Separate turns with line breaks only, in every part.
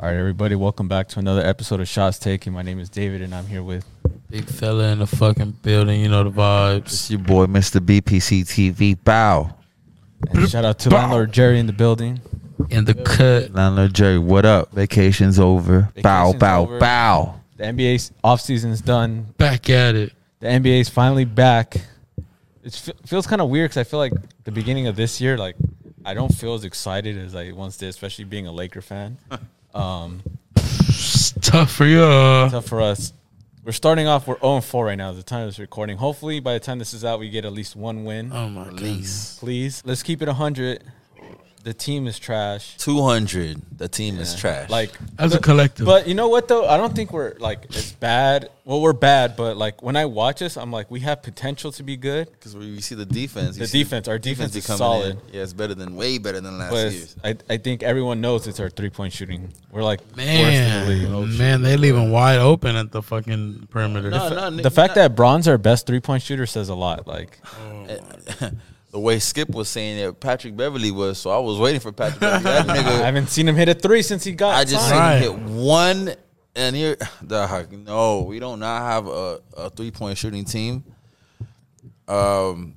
All right, everybody, welcome back to another episode of Shots Taken. My name is David, and I'm here with
Big fella in the fucking building, you know the
It's
vibes.
your boy, Mr. BPC TV. Bow.
and shout out to landlord Jerry in the building.
In the cut.
Landlord Jerry, what up? Vacation's over. bow,
Vacation's
bow,
over.
bow.
The NBA's offseason is done.
Back at it.
The NBA's finally back. It feels kind of weird because I feel like the beginning of this year, like I don't feel as excited as I once did, especially being a Laker fan. Um,
It's tough for y'all.
tough for us. We're starting off. We're 0 4 right now. At the time of this recording. Hopefully, by the time this is out, we get at least one win.
Oh my god.
Please, let's keep it 100. The team is trash.
200. The team is trash.
Like,
As a collective.
but you know what though? I don't think we're like as bad. Well, we're bad, but like when I watch us, I'm like, we have potential to be good.
because we you see the defense. you
The
see
defense, our defense is
coming
solid.
in. Yeah, it's better than way better than last
But
year.
it's- I, I think everyone knows it's our three point shooting. We're like worst in the league.
man, man, they leave them wide open at the fucking perimeter.
The fact that Bron's our best three point shooter says a lot. Like,
that the way Skip was saying that Patrick Beverly was, so I was waiting for Patrick Beverly. That
I
nigga,
haven't seen him hit a three since he got.
I just
signed.
Right.
seen him hit one, and here, dog, no, we don't not have a, a three point shooting team. Um,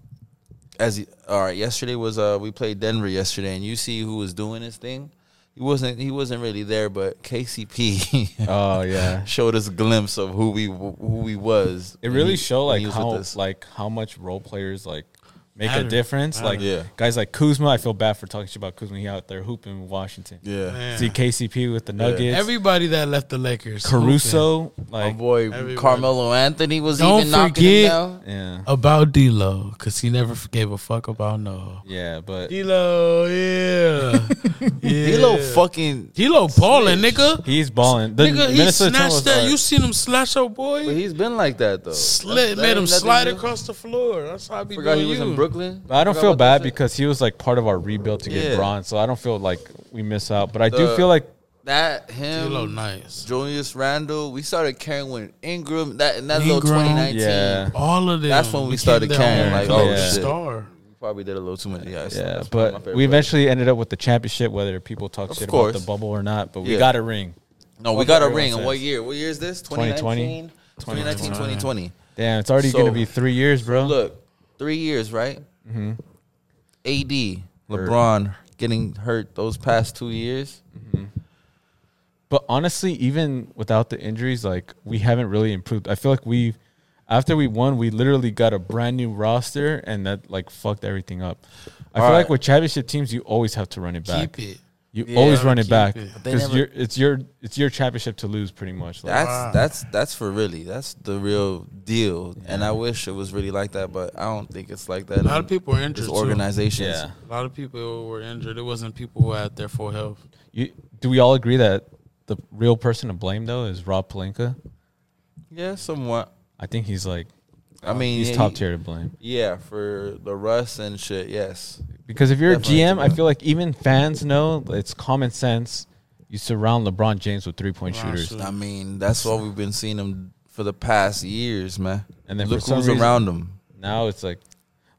as he- all right, yesterday was uh we played Denver yesterday, and you see who was doing his thing. He wasn't he wasn't really there, but KCP.
Oh yeah.
showed us a glimpse of who we who we was.
It
when
really
he-
showed
when
like
he was
how
with us.
like how much role players like make
Matter.
a difference. Like
Yeah.
guys like Kuzma, I feel bad for talking shit about Kuzma. He out there hooping in Washington.
yeah,
Man.
See KCP with the Nuggets.
Everybody that left the Lakers.
Caruso,
my
like
boy
Everybody.
Carmelo Anthony was
Don't
even knocking
forget-
him down.
yeah,
About D'Lo, because he never gave a fuck about no.
yeah, but
D'Lo, yeah. yeah.
D'Lo fucking,
D'Lo balling, nigga.
he's balling. The
nigga, he
Minnesota Timberwolves
snatched that.
are-
You seen him slash our boy?
but he's been like that though.
Slid,
That
made
ain't
him
nothing
slide
new.
across the floor. That's how I be
Forgot
doing
he was
you.
in Brooklyn.
but I don't
Forgot
feel
about that
bad
shit.
because he was like part of our rebuild to get
Yeah.
bronze, so I don't feel like we miss out. But I do
The-
feel like
that
D'Lo
him.
nice.
Julius Randle, we started carrying when Ingram that in that little
Ingram.
2019.
yeah,
All of them.
That's when we
became
started
their
caring,
own
like,
collective
oh, shit.
star.
We probably did a little too much. Yeah, it's-
yeah.
that's one of my
But
favorite
we
players.
eventually ended up with the championship, whether people talk
Of
shit
course.
about the bubble or not. But we
Yeah.
got a ring.
no, we
Fuck
got a
everyone
ring. And
says.
what year? What year is this?
2020?
2019, 2019, 2020.
Damn, it's already
So-
gonna be three years, bro.
Look, three years, right?
Mm-hmm.
AD, LeBron getting hurt those past two years.
But honestly, even without the injuries, like we haven't really improved. I feel like we, after we won, we literally got a brand new roster, and that like fucked everything up. I feel
All
like
right.
with championship teams, you always have to run it back.
Keep it.
You always
gotta
run it
keep
back
it.
they
because
never-
you're it's your it's your championship to lose, pretty much. Like,
That's that's that's for really. That's the real deal. And I wish it was really like that, but I don't think it's like that.
A lot of people are injured.
It's
Too.
organizations.
yeah.
A lot of people were injured. It wasn't people who had their full health.
You, do we all agree that the real person to blame though is Rob Palenka?
Yeah, somewhat.
I think he's like
I mean,
Oh, he's
yeah,
top
he-
tier to blame.
Yeah, for the rust and shit. Yes.
Because if you're
Definitely
a GM, I
Javon.
feel like even fans know it's common sense. You surround LeBron James with three point shooters,
shooters.
I mean, that's why we've been seeing him for the past years, man.
And then for
look
some
who's
reason-
around him.
now it's like,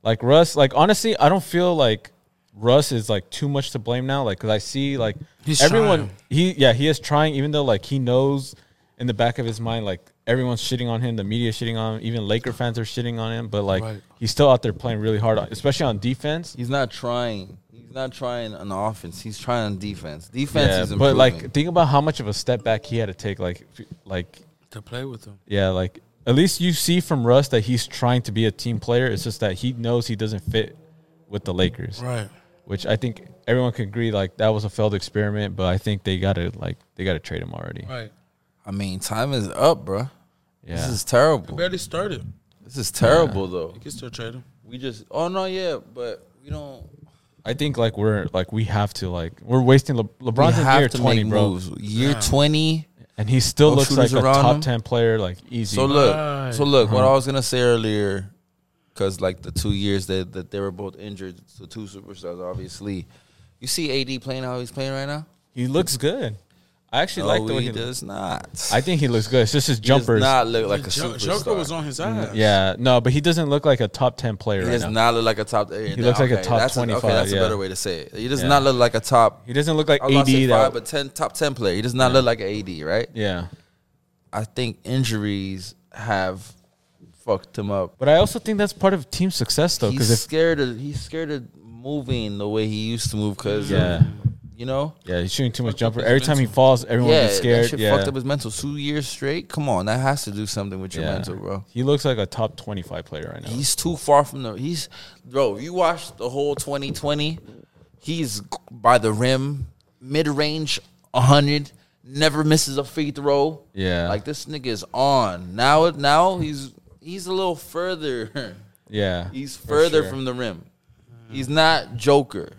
like Russ. Like honestly, I don't feel like Russ is like too much to blame now. Like because I see like
He's
everyone.
trying.
He yeah he is trying, even though like he knows in the back of his mind like everyone's shitting on him, the media is shitting on him, even Laker fans are shitting on him. But like
Right.
he's still out there playing really hard, especially on defense.
He's not trying. He's not trying on offense. He's trying on defense. Defense
Yeah,
is
but
improving.
like think about how much of a step back he had to take. Like if you- like
To play with them.
Yeah, like at least you see from Russ that he's trying to be a team player. It's just that he knows he doesn't fit with the Lakers,
Right.
which I think everyone can agree like that was a failed experiment. But I think they gotta like they gotta trade him already.
Right.
I mean, time is up, bruh.
Yeah,
This is terrible.
Barely started.
This is terrible, though.
You can still trade him.
We just, oh no, yeah, but we don't.
I think like we're like we have to like we're wasting Le-
We
LeBron's in year
have to
twenty,
make
bro,
moves. Year twenty.
and he still
No
looks like
shooters
a
around
top
him.
ten player, like easy.
So look,
Right.
so look. What I was gonna say earlier, because like the two years that that they were both injured, so two superstars, obviously. You see AD playing how he's playing right now.
he looks good. I actually
No,
like the way
Oh, he
he looks.
does not.
I think he looks good. It's just his
He does
jumpers.
not look like a
Jo-
superstar. Mm-hmm.
Joker was on his ass.
yeah, no, but he doesn't look like a top ten player
He
right
does
now.
not look like a top. He
looks like a top
that's okay,
25,
that's
yeah.
a better way to say it. He does
Yeah.
not look like a top.
he doesn't look like
I was about
AD.
to say five,
That,
but ten top ten player. He does not look like an AD, right?
yeah,
I think injuries have fucked him up.
but I also think that's part of team success though,
he's
because if
scared of he's scared of moving the way he used to move because
Yeah.
you know
yeah, he's shooting too much
Fucked up
jumper.
his
Every time he
mental.
falls, everyone
yeah
gets
that
scared.
shit
Yeah,
fucked up his mental two years straight. Come on, that has to do something with your
yeah.
mental, bro.
He looks like a top twenty-five player right now.
He's too far from the he's bro. You watch the whole 2020. He's by the rim, mid range, 100. Never misses a free throw.
Yeah.
like this nigga is on now. Now he's he's a little further.
yeah,
He's
for
further
sure.
from the rim. He's not Joker.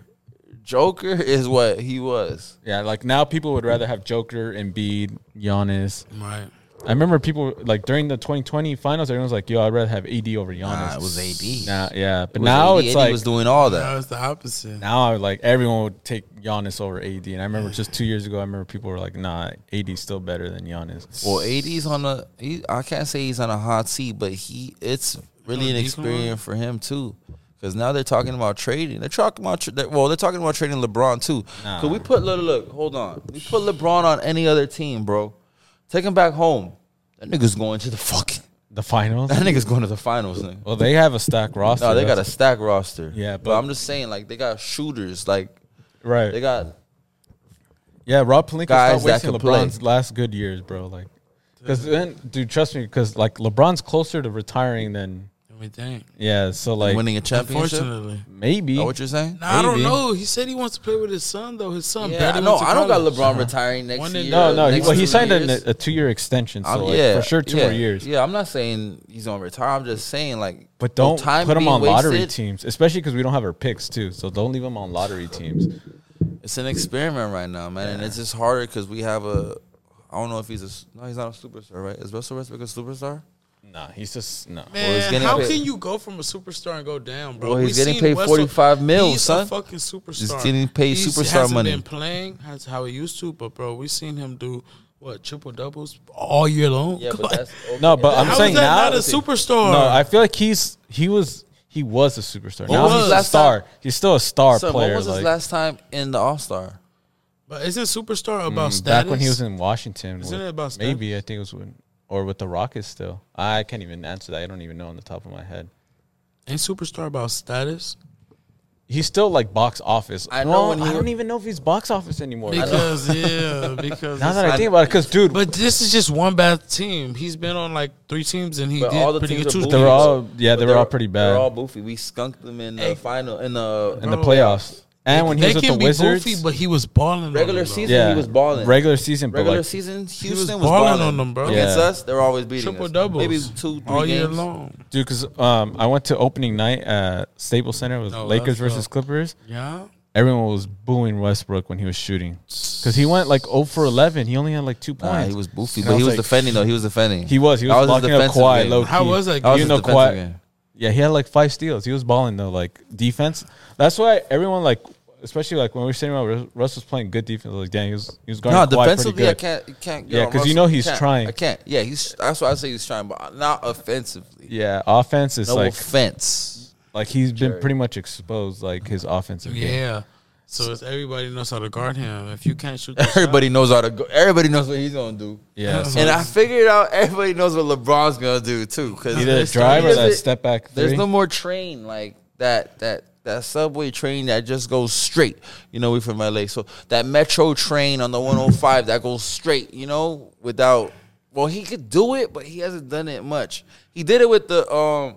Joker is what he was.
Yeah, like now people would rather have Joker, Embiid, Giannis.
Right.
I remember people like during the 2020 finals, everyone was like, "Yo, I'd rather have AD over Giannis."
Nah, it was AD.
Nah, yeah, but
It was
now
AD,
it's
and he
like
was doing all
That
that.
was the opposite.
now like everyone would take Giannis over AD. And I remember just two years ago, I remember people were like, "Nah, AD's still better than Giannis."
Well, AD's on a. He, I can't say he's on a hot seat, but he it's really
You
an
know, he's
experience for him too. Because now they're talking about trading. They're talking about tra- they're- well, they're talking about trading LeBron too.
Nah.
Could we put look, look? Hold on. We put LeBron on any other team, bro. Take him back home. That nigga's going to the fucking.
the finals.
That nigga's going to the finals. Nigga.
well, they have a stack roster.
No, they got a
that's-
stack roster.
Yeah,
but,
but-
I'm just saying, like they got shooters, like
right.
they got
Yeah, Rob Palinka
guys
stopped
that
wasting
could play.
LeBron's last good years, bro. Like, because then, dude, trust me, because like LeBron's closer to retiring than
Let me think.
yeah. So like,
winning a championship. Is
Unfortunately.
maybe
that what you're saying?
Nah, I don't
Maybe.
know. He said he wants to play with his son though. His son.
Yeah,
barely
I know.
went to
I don't got
college.
LeBron retiring next
One
year.
in-
No, no. He,
next
well, he
two
signed an,
years.
a two-year extension, so
I'm-
like, for sure, two
yeah,
more years.
Yeah, I'm not saying he's gonna retire. I'm just saying like,
But
the
don't put him
being
on lottery
wasted,
teams, especially because we don't have our picks too. So don't leave him on lottery teams.
It's an experiment right now, man, and it's just harder because we have a. I don't know if he's a. s- No, he's not a superstar, right? Is Russell Westbrook a superstar?
Nah, he's just no.
he's
Man,
getting
how
paid-
can you go from a superstar and go down, bro?
Well, he's
We
getting
seen
paid
Westbrook-
45 mil,
he's
son.
A fucking superstar.
He's getting paid
He's-
superstar
hasn't
money.
Been playing has how he used to, but bro, we seen him do what triple doubles all year long.
Yeah, but
Like,
that's okay.
No, but I'm
how is
saying
that
now.
not a superstar.
no, I feel like he's he was he was a superstar.
When
Now
was
he's
his
a
last
star. He's still a star
Son,
player.
when was his
like,
last time in the All Star?
but isn't
Mm,
superstar about status?
back when he was in Washington.
Isn't
with-
it about status?
maybe I think it was when or with the Rockets still. I can't even answer that. I don't even know on the top of my head.
Ain't superstar about status
He's still like box office.
I know
Well,
when he
I
was-
don't even know if he's box office anymore.
because yeah, because
now that I
I-
think about it, because dude,
But this is just one bad team. He's been on like three teams and he
But
did
all the
pretty
teams
good.
are
Two
boofy.
they were all yeah,
But
they were all pretty bad
They're all boofy. We skunked them in the
Hey.
final in the
in the
bro.
playoffs. And when he
they
was with
can
the
be
Wizards,
goofy, but he was balling.
Regular
on them, bro.
season,
yeah,
he was balling.
Regular season, but
regular
like,
season. Houston
was
was,
balling
balling
on them, bro.
Against
Yeah.
us, they're always beating
triple
us.
doubles,
Maybe two, three
all year
games.
long.
dude, because um, I went to opening night at Staples Center with
Oh,
Lakers
that's
versus
dope.
Clippers.
Yeah,
Everyone was booing Westbrook when he was shooting because he went like 0 for 11. He only had like two
Nah,
points.
he was boofy,
And I
but he was
was like-
defending though. He was defending.
He was. He
That
was,
his
blocking up
defensive
Kawhi
game.
low key.
How was that
That was
You
his
know,
defensive
Kawhi.
game.
Yeah, he had like five steals. He was balling though, like defense. That's why everyone like, especially like when we were sitting around, Russ- Russ was playing good defense. Like, dang, he was he was guarding
No,
Kawhi pretty
defensively,
good.
I can't. you can't get
Yeah,
on
'cause you
Russell.
know he's
Can't.
trying.
I can't. Yeah, he's. That's why I say he's trying, but not offensively.
Yeah, offense is
no
like
offense.
like he's been pretty much exposed like his offensive game.
yeah. So it's everybody knows how to guard him. If you can't shoot, the shot-
Everybody knows how to go. Everybody knows what he's gonna do.
Yeah, so
And I figured out everybody knows what LeBron's gonna do too. Cause
either a
there's
drive
three
or
of
that
it.
step back three.
There's no more train like that that that subway train that just goes straight. You know, we from LA. So that metro train on the 105 that goes straight, you know, without well, he could do it, but he hasn't done it much. He did it with the um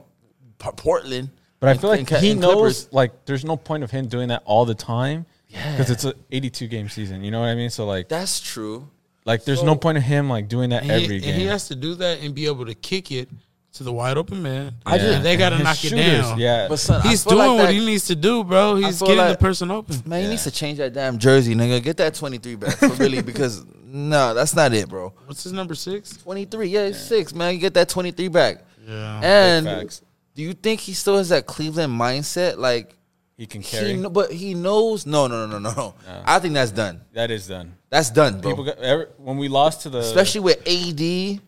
P- Portland.
but I
and-
feel like
and Ca-
he
and
knows
Clippers.
like there's no point of him doing that all the time because it's an 82 game season. You know what I mean? So like
that's true.
like there's no point of him like doing that
and he,
every
and
game.
he has to do that and be able to kick it to the wide open man.
I just-
And they got to
His
knock
shooters,
it down.
Yeah,
But son,
he's
I feel
doing
like
what
that-
he needs to do, bro. He's
feel
getting
like-
the person open.
Man,
Yeah.
he needs to change that damn jersey, nigga. Get that 23 back for really because no, that's not it, bro.
What's his number six?
23, yeah, it's six, man. You get that 23 back.
Yeah.
And
facts.
do you think he still has that Cleveland mindset? Like
he can carry.
He, kn- but he knows. No, no, no, no, no, no. I think that's done.
that is done.
That's done, bro.
People got, ever, when we lost to the
Oh. Especially with AD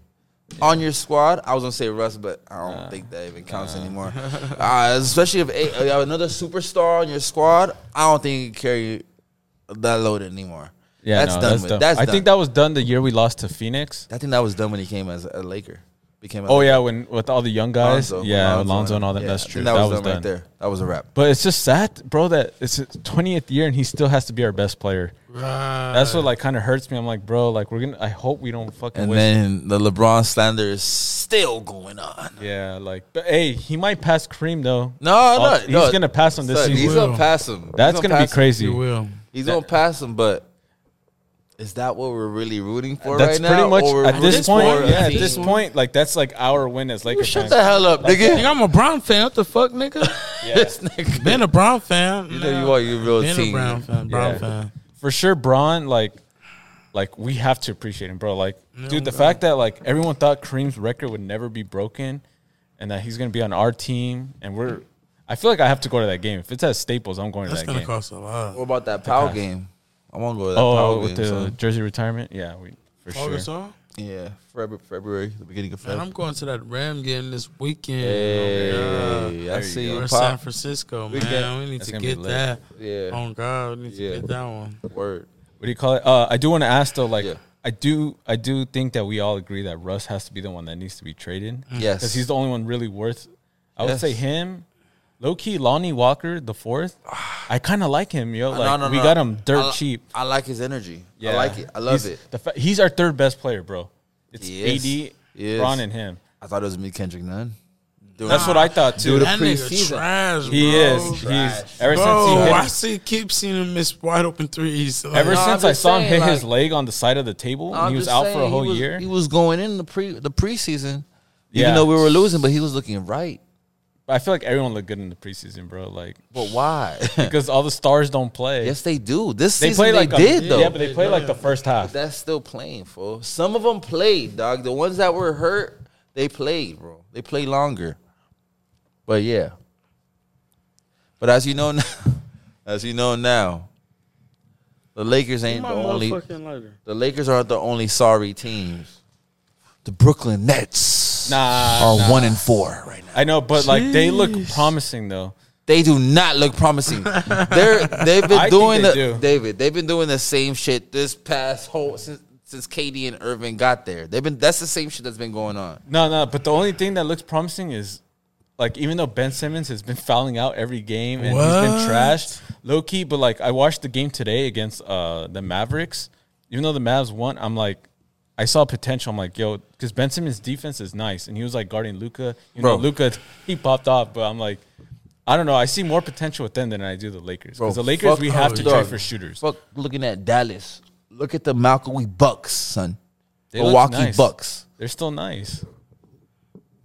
on your squad. I was gonna say Russ, but I don't think that even counts anymore. Uh, especially if a, you have another superstar on your squad, I don't think you can carry that load anymore.
yeah,
that's
no,
done with. That's
I
done.
think that was done the year we lost to Phoenix.
I think that was done when he came as a Laker. Became a
Oh yeah, when with all the young guys,
Lonzo,
yeah, Alonzo, and all that.
Yeah,
that's
I think
true.
That, was, done right there. That was a wrap.
But it's just sad, bro, that it's his 20th year and he still has to be our best player.
Right.
That's what like kind of hurts me. I'm like, bro, like we're gonna. I hope we don't fucking.
And
waste-
then the LeBron slander is still going on.
yeah, like, but hey, he might pass Kareem though.
No, no,
Oh,
no.
he's gonna pass him this
Son,
season.
He's
Will.
gonna pass him.
That's
He's
gonna be
pass him.
crazy.
you will.
He's gonna pass him, but is that what we're really rooting for
That's
right
pretty
now?
much
Or we're
at this
rooting
point.
for a
Yeah, at
team?
this point, like that's like our win as Lakers
shut
fans.
the hell up, nigga.
Nigga, I'm a Brown fan. What the fuck, nigga?
Yeah.
Been a Brown fan.
You know you are your real
Been a
team.
Brown fan. Brown
Yeah.
fan.
for sure, Braun, like, like we have to appreciate him, bro. Like, dude, the fact that like everyone thought Kareem's record would never be broken, and that he's gonna be on our team, and we're, I feel like I have to go to that game. If it's at Staples, I'm going
That's
to that
gonna
game.
cost a lot.
What about that Powell game? I want to go to that
oh,
Powell
with
game.
the
son.
jersey retirement, yeah, we for
August
sure.
on?
Yeah, February, February, the beginning of
Man, I'm
February.
going to that Ram game this weekend.
Hey,
There
I
you go.
see
Yeah.
you,
We're in San
Pop.
Francisco,
We
man.
get-
we need
that's
to
gonna be
get
lit.
that.
Yeah,
On God, we need to
Yeah.
get that one.
word.
What do you call it? Uh, I do want to ask though, like.
Yeah.
I do, I do think that we all agree that Russ has to be the one that needs to be traded.
Yes.
because he's the only one really worth. I would
Mm. Yes.
say him, low key Lonnie Walker the fourth. I kind of like him, yo. Like
Uh, no, no,
we
no.
got him dirt
I li-
cheap.
I like his energy. I like it. I love
He's
it.
The fa- he's our third best player, bro. It's
He is.
AD,
He is.
Bron, and him.
I thought it was me, Kendrick Nunn. Doing
That's what I thought too.
Dude, The
That nigga
preseason.
trash, bro.
he is. He's ever
Bro, I
since he hit.
see keep seeing him miss wide open threes. Like,
Ever
No, I'm
since I
just
saw him
saying,
hit his
like-
leg on the side of the table, and
I'm
he was
just
out for
saying,
a whole
he was,
year.
He was going in the pre the preseason,
Yeah.
even though we were losing, but he was looking right.
I feel like everyone looked good in the preseason, bro. Like
But why?
because all the stars don't play.
yes, they do. This
they
season
play like
they
a-
did though.
Yeah, but they play like the first half.
That's still playing, fool. Some of them played, dog. The ones that were hurt, they played, bro. They played longer. But yeah. But as you know now, as you know now, the Lakers ain't the only. The Lakers aren't the only sorry teams. The Brooklyn Nets
Nah,
are
nah.
one and four right now.
I know, but like they look promising though.
They do not look promising. They're they've been
I think
doing
they
the
do.
David. They've been doing the same shit this past whole since since KD and Irvin got there. They've been that's the same shit that's been going on.
No, no, but the only thing that looks promising is like even though Ben Simmons has been fouling out every game and he's been
What?
trashed, low key, but like I watched the game today against uh the Mavericks. Even though the Mavs won, I'm like I saw potential. I'm like, yo, because Ben Simmons' defense is nice, and he was like guarding Luca. You know,
Bro.
Luca he popped off, but I'm like, I don't know. I see more potential with them than I do the Lakers.
Bro,
Because the Lakers,
fuck
we have to
dog.
try for shooters.
Fuck looking at Dallas. Look at the Malcolm Bucks, son.
They look
Milwaukee
nice.
Bucks.
They're still nice.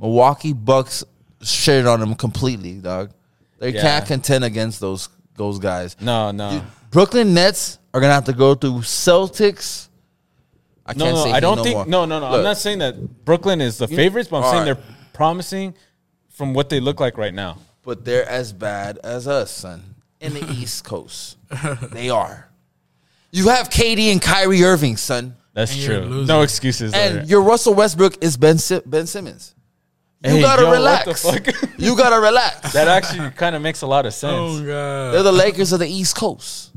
Milwaukee Bucks shitted on them completely, dog. They
Yeah.
can't contend against those those guys.
No, no.
Brooklyn Nets are gonna have to go through Celtics. I
No, no, I
heat
don't think.
more.
No, no, no. I'm
Look,
not saying that Brooklyn is the favorites, but I'm saying
Alright.
they're promising from what they look like right now.
but they're as bad as us, son. In the East Coast, they are. You have KD and Kyrie Irving, son,
That's
And you're
true.
losing.
No excuses.
and
there.
your Russell Westbrook is Ben Si- Ben Simmons. You
Hey,
gotta
yo, what the
relax.
fuck?
you gotta relax.
that actually kind of makes a lot of sense.
Oh god.
They're the Lakers of the East Coast.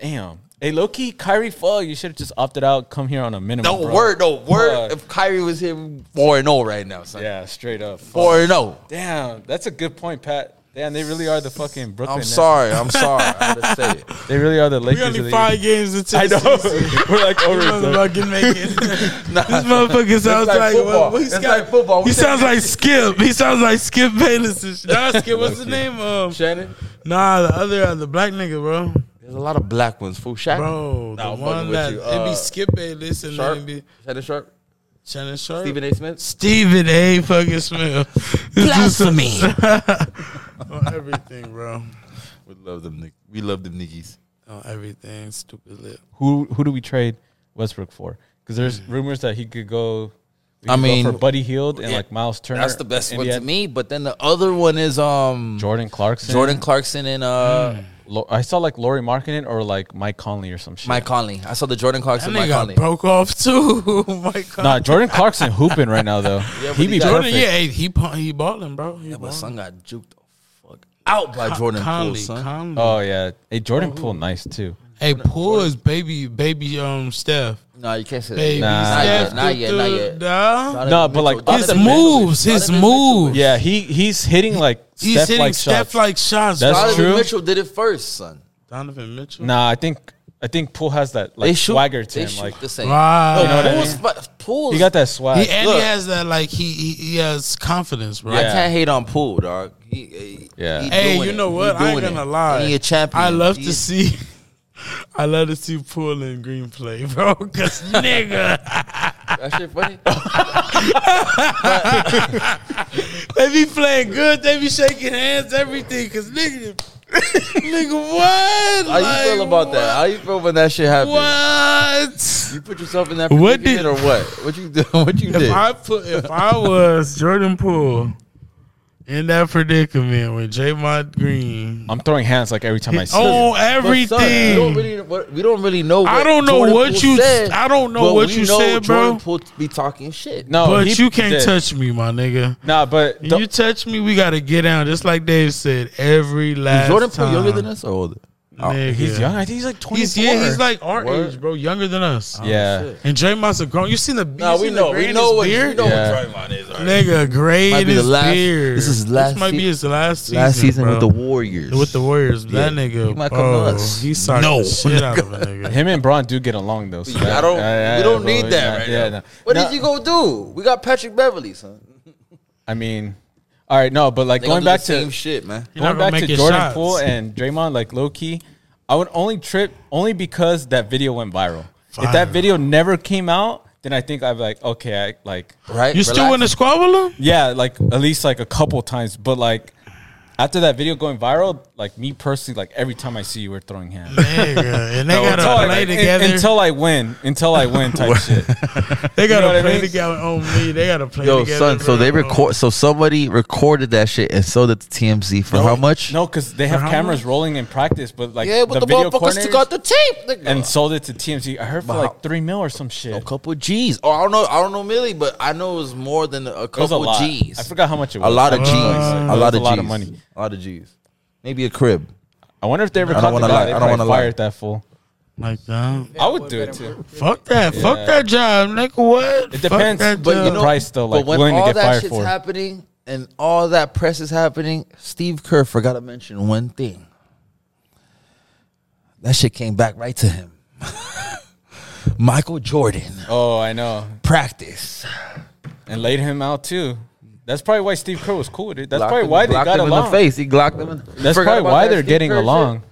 Damn. Hey, Loki, Kyrie, fuck, you should have just opted out. Come here on a minimum.
No
bro.
word, no word.
Fuck.
If Kyrie was here, four and zero right now, son.
Yeah, straight up. Fuck.
Four and oh. zero.
Damn, that's a good point, Pat. Damn, they really are the fucking Brooklyn.
I'm
Nets.
sorry. I'm sorry. I had to say it.
They really are the
We
Lakers. of
only
the
five
East.
games into
I
the
know.
season.
We're like over.
This
it, though.
motherfucker can make it. This motherfucker sounds
like
like, what-
football.
what he's
It's
got-
like football. We
he
said-
sounds like Skip. He sounds like Skip Bayless. and shit. Nah, Skip, what's his name? Um,
Shannon.
nah, the other, uh, the black nigga, bro.
There's a lot of black ones. Fool Shaq.
Bro,
Nah,
the
I'm fucking
one
with
that
you.
it
Uh,
be Skip Bayless and
Sharp.
then it be
Shannon Sharp.
Shannon Sharp.
Stephen A. Smith.
Stephen A. fucking Smith.
Blasphemy.
on everything, bro.
We love them. Nick- We love them niggas.
On everything. Stupid lip. Mm.
who who do we trade Westbrook for? Because there's rumors that he could go. We
I
could go
mean,
for Buddy Heald and
yeah,
like Miles Turner.
That's the best
and
one
he
to
had
me. But then the other one is um
Jordan Hmm. Clarkson.
Jordan Clarkson and uh
Lo- I saw like Laurie Markkinen or like Mike Conley or some shit.
Mike Conley. I saw the Jordan
That
Clarkson Mike Conley.
nigga broke off too. Oh My God.
Nah, Jordan Clarkson hooping right now though.
but
he be
he got-
Jordan,
perfect.
yeah, hey, he pu- he balling, bro. He
Yeah, but
balling.
son got juked the fuck out by Jordan Poole,
Conley,
son. Uh,
Conley.
Oh yeah. Hey, Jordan Poole, nice too.
hey, Poole is baby, baby, um, Steph,
No, you can't say that.
baby,
Nah.
Not
Steph.
yet, not
dude,
yet, not
dude,
yet.
nah.
Donovan
No, but, like,
Mitchell-
his
Donovan Mitchell-
moves, his
Donovan Mitchell-
moves.
Yeah, he he's hitting like
He's
Steph
hitting
like
Steph
shots.
like shots.
That's
bro.
Donovan
true.
Mitchell did it first, son.
Donovan Mitchell.
Nah, I think I think Poole has that like
they shoot,
swagger to
they
him.
shoot
Like
the same.
Right.
You know what I
Poole's
mean?
fu- Poole's-
he got that swag.
He, and he
Look.
has that like he he, he has confidence, bro.
I
Yeah.
can't hate on Poole, dog. He, he-
Yeah.
he
Hey,
doing
you
it.
know
He
what? I ain't
doing
gonna
it.
lie.
And He a champion.
I love
He
to
is-
see. I love to see Poole and Green play, bro. Cause nigga,
That shit funny.
they be playing good. They be shaking hands, everything. Cause nigga, nigga, what?
How you feel about that? How you feel when that shit happened?
What?
You put yourself in that
What
predicament
did-
or what? What you do? What you did?
If I put, if I was Jordan Poole in that predicament with Draymond Green,
I'm throwing hands like every time I see him.
oh
But, son, we don't
everything.
really, what- we don't really know. What
I don't know
Jordan
what
Poole
you-
Said,
I don't know
but
what
we
you
know
said, bro.
Jordan Poole Oh, be talking shit.
No,
But
he
you can't
did.
touch me, my nigga.
Nah, but the-
you touch me, we gotta get down. Just like Dave said, every last
Is Jordan Poole
time.
younger than us or older? Oh,
Nigga.
he's young. I think he's like 24.
He's yeah, he's like our
Word.
age, bro. Younger than us.
yeah.
Oh, shit.
And Draymond's a grown. You seen the?
No,
you
we
seen the
know.
gray
We
in
know
his
what
beard?
you know
Yeah.
what Draymond is. all right?
Nigga, gray
Might
in
be the
his
last-
beard.
this is last
This might
se-
be his last season.
Last season with
bro.
the Warriors.
with the Warriors. That
Yeah.
nigga,
He might come to
bro,
us.
he sucked
No.
the shit out of a nigga.
Him and Braun do get along though. so
I
that-
don't.
yeah,
we don't
bro,
need that
yeah,
right
yeah,
now.
no.
What
No,
is you gonna do? We got Patrick Beverly, son.
I mean, all right, no, but like
They gonna
going
do
back
the
to
same shit, man.
You're not
going
gonna
back
make
to
your
Jordan
shots.
Poole and Draymond, like low key, I would only trip only because that video went viral. If that
Viral.
video never came out, then I think I'd be like, okay, I like,
Right?
You still
Relax.
in the squad with him?
yeah, like at least like a couple times, but like. After that video going viral, like me personally, like every time I see you, we're throwing hands.
Nigga, and they
Until I-
gotta play
like, in-
together.
until I win, until I win, type shit.
They
know
gotta
what I
play
mean?
together on me. They gotta play
Yo,
together.
son. So
bro.
they record. So somebody recorded that shit and sold it to TMZ for how much?
No, because they have
how
cameras rolling in practice, but like
Yeah, but the,
video
motherfuckers took
coordinators-
out the tape, nigga.
and sold it to TMZ. I heard for
But
like
how-
three mil or some shit.
a couple G's. Oh, I don't know. I don't know Millie, but I know it was more than a
it was a
couple
lot.
G's.
I forgot how much it was.
A lot of G's.
Uh, it
a
was
lot of
a lot of
G's.
money.
A lot of G's. Maybe a crib.
I wonder if they ever
I don't
caught the
wanna
guy.
lie.
They
I don't
probably
wanna lie.
fired that fool.
like that.
I would do it too.
Fuck that. Fuck that job, nigga. What?
It depends,
Fuck that
but you
job.
know- price, though, like,
but when
willing to
all
get
that
fired
shit's
for it.
happening and all that press is happening, Steve Kerr forgot to mention one thing. That shit came back right to him. Michael Jordan
Oh, I know.
practice.
And laid him out too. That's probably why Steve Kerr was cool with it. That's
Glocked
probably
him-
why they
glocked
got
him in
along.
the face. He glocked him. In
That's
Forgot
probably
about
why
that
they're
Steve
getting
Kerr shit.
along.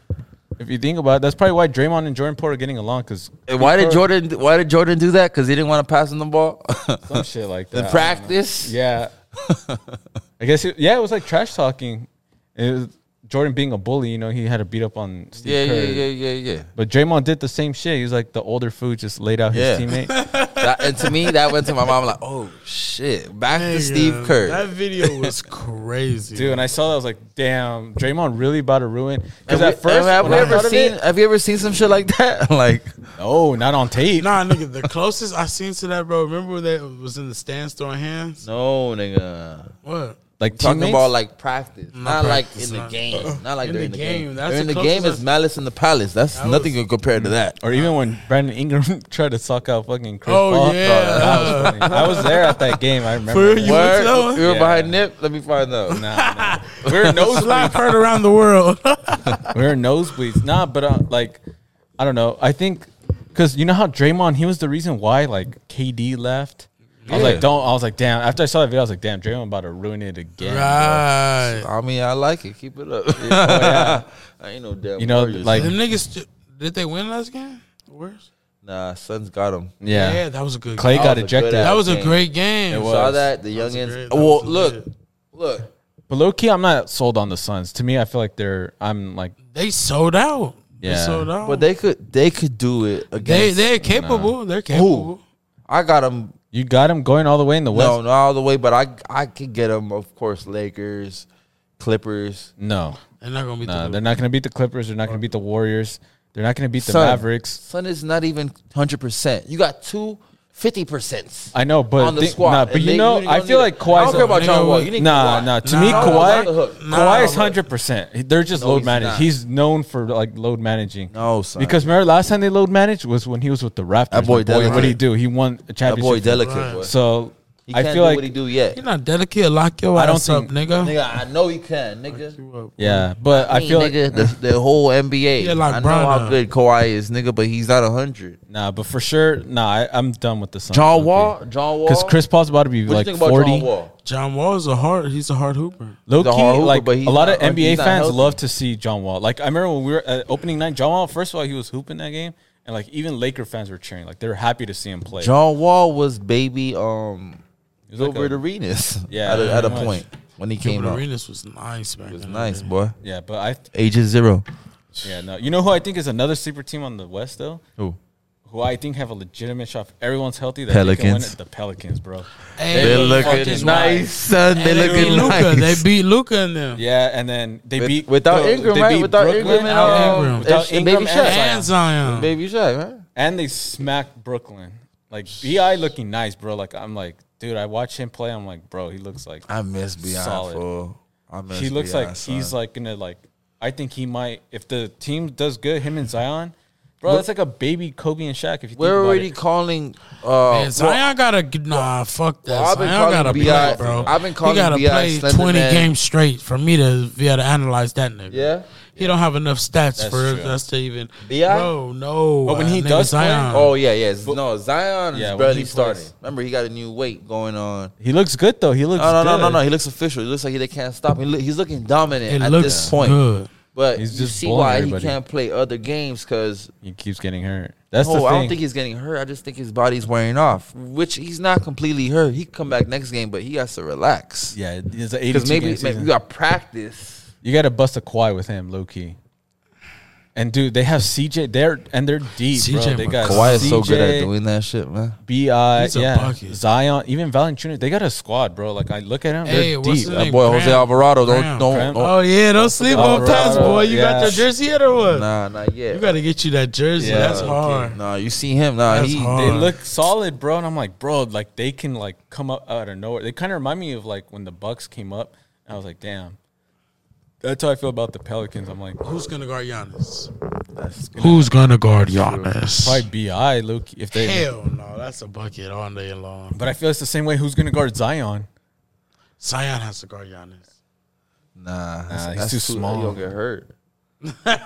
If you think about it, that's probably why Draymond and Jordan Porter are getting along because
And why did Jordan? Why did Jordan do that? Because he didn't want to pass him the ball.
some shit like that. I don't
the
know.
practice.
Yeah. I guess it, yeah, it was like trash talking. It was Jordan being a bully, you know, he had to beat up on Steve
Yeah,
Kerr.
yeah, yeah, yeah, yeah.
But Draymond did the same shit. He was like the older food just laid out his
Yeah.
teammate.
That- and to me, that went to my mom like, oh shit, back
Nigga,
to Steve Kerr.
uh, That video was crazy.
Dude, and I saw that I was like, damn, Draymond really about to ruin. Because
Have
at
we-
first,
have
when
we
I
ever
thought of
seen?
it-
Have you ever seen some shit like that? like,
no, not on tape.
Nah, nigga, the closest I seen to that, bro. Remember that was in the stands throwing hands.
no, nigga.
What?
like
Talking
teammates?
about like practice, not,
practice,
like in the
not-
game, not like
In
during
the
the
game,
game.
that's
during
the
the game
closest
is
I-
Malice in the Palace. That's
That
nothing
was-
compared to that.
or even when Brandon Ingram tried to suck out fucking Chris
Oh,
Paul.
yeah.
that was funny. I was there at that game. I remember.
For
that.
you- went to that one?
You were
Yeah.
behind Nip. Let me find out.
Nah, nah. We We're nose
Slap heard around the world.
We We're nosebleeds. Nah, but uh, like, I don't know. I think because you know how Draymond, he was the reason why like KD left. I was
Yeah.
like, don't. I was like, damn. After I saw that video, I was like, damn, Draymond about to ruin it again.
right.
I mean, I like it. Keep it up. I ain't no damn.
You know,
Warriors.
like-
Them niggas. st- Did they win last game? Where's?
nah, son's got him.
Yeah.
yeah, that was a good.
Clay
game.
got
was a good
ejected.
ass.
That was a
game.
great game.
It was.
Saw that the
was a
youngins.
great- that
Well,
was a
look,
good-
look.
But low key, I'm not sold on the Suns. To me, I feel like they're. I'm like,
They sold out. They
Yeah.
sold out.
But they could, they could do it
They
against.
they're capable. They're capable.
I got them
You got him going all the way in the West.
No, not all the way, but I I could get them, of course, Lakers, Clippers.
No,
They're not gonna be.
no, they're not going to beat the Clippers. They're not going to beat the Warriors. They're not going to beat the
Son.
Mavericks.
Sun is not even 100%. You got two 50%.
I know, but
on the
thi-
squad.
nah,
and
but you
they-
know,
don't
I
need
feel
it.
like
I
Kawhi's
don't care about
a-
John
Nigga,
Wall. You need
Nah,
Kawhi.
nah. To
Nah,
me,
nah,
nah, nah,
Kawhi,
nah,
Kawhi is
nah.
hundred percent. They're just load
he's
managed.
not.
He's known for like load managing.
No, son.
Because remember last time they load managed was when he was with the Raptors.
That boy
my what
delicate.
did he do? He won a
that
championship.
boy delicate.
Right.
Boy.
So
He
I
can't
feel
do what he
like
do yet.
You're not delicate. Lock your
I don't
ass up,
think-
nigga.
Nigga, I know he can, nigga.
yeah, but I
Hey,
feel like
nigga, the, the whole NBA.
Yeah, like
I know
Bron
how
now.
good Kawhi is, nigga, but he's not hundred.
nah. But for sure, nah. I, I'm done with the Suns.
John Wall, John Wall.
Because Chris Paul's about to be
What
like
you think about
forty.
John Wall?
John Wall is a hard. He's a hard hooper.
Low key,
He's a hard hooper,
like
but he's
a lot of
not- like,
NBA
he's not
fans
healthy.
love to see John Wall. Like I remember when we were at opening night, John Wall. First of all, he was hooping that game, and like even Laker fans were cheering. Like they were happy to see him play.
John Wall was baby um
He was like
Gilbert
a-
Arenas.
Yeah,
at a, at a
pretty much.
point when he came
Gilbert
out,
Arenas was nice back
it was
then.
nice, boy.
yeah, but I
Agent zero.
yeah no. You know who I think is another sleeper team on the West though.
Who?
Who I think have a legitimate shot. If everyone's healthy. That Pelicans. win
Pelicans.
it. The Pelicans, bro.
Hey,
They
look
looking
fucking
nice, son. They
They, beat
looking
Luca.
nice.
They beat Luca in them.
Yeah, and then they
With-
beat
without
the-
Ingram,
they
right?
beat
Without
Brooklyn
Ingram and,
Without
uh,
Ingram.
Without
it's
Ingram
baby
and
Shaq.
Zion.
And Zion.
Baby Shaq, man.
and they smacked Brooklyn. Like Bi looking nice, bro. Like I'm like, dude, I watch him play. I'm like, bro, he looks like
I miss Beyond.
Solid.
Fool. I miss
he looks
Beyond,
like
son.
he's like gonna like. I think he might if the team does good. Him and Zion, bro, that's like a baby Kobe and Shaq. If you
We're
think about
already
it.
calling. Uh,
Man, Zion gotta g- nah. Fuck that.
well, I've been
Zion
calling
gotta
B.I.
play, bro.
I've been calling
He gotta
B.I.
play
Slender
twenty
Man.
games straight for me to be able to analyze that nigga.
Yeah?
he don't have enough stats for
true.
us to even.
B.I.?
Bro, no.
But when he
uh, nigga,
does play-
Zion,
oh yeah, yeah. no, Zion
Yeah,
is
when
barely
he
starting.
plays.
Remember, he got a new weight going on.
he looks good though. He looks
No, no, no,
good.
no, no. He looks official. He looks like he, they can't stop him. He look- he's looking dominant
it
at
looks
this point.
good.
But
He's
you
just
see
blowing
why
everybody.
he can't play other games because
He keeps getting hurt. That's the
oh,
thing.
I don't think he's getting hurt. I just think his body's wearing off, which he's not completely hurt. He can come back next game, but he has to relax.
yeah, it's an
Because
82
maybe,
game
maybe
season.
you got practice.
You got to bust a Kawhi with him, low key. And dude, they have CJ. They're and they're deep, bro.
CJ
They got
Kawhi is so
CJ,
good at doing that shit, man.
Bi,
He's a
yeah,
bucket.
Zion, even Valanciunas. They got a squad, bro. Like I look at him, they're
Hey, what's
deep.
his
That
name?
boy
Graham.
Jose Alvarado, don't
Graham.
don't,
Graham.
don't-
Oh yeah, don't sleep on
Colorado,
pass, boy. You got
yeah.
your jersey yet or what?
nah, not yet.
You gotta get you that jersey.
Yeah,
That's
okay.
hard.
Nah, you see him. Nah,
That's
he
hard.
They
Uh,
look solid, bro. And I'm like, bro, like they can like come up out of nowhere. They kind of remind me of like when the Bucks came up. And I was like, damn. That's how I feel about the Pelicans. I'm like,
Who's gonna guard Giannis? Who's gonna guard Giannis?
probably Bi, Luke. If they,
Hell no, that's a bucket all day long.
but I feel it's the same way. Who's gonna guard Zion?
Zion has to guard Giannis.
nah,
Nah, he's
that's
too small.
He don't get hurt. Don't get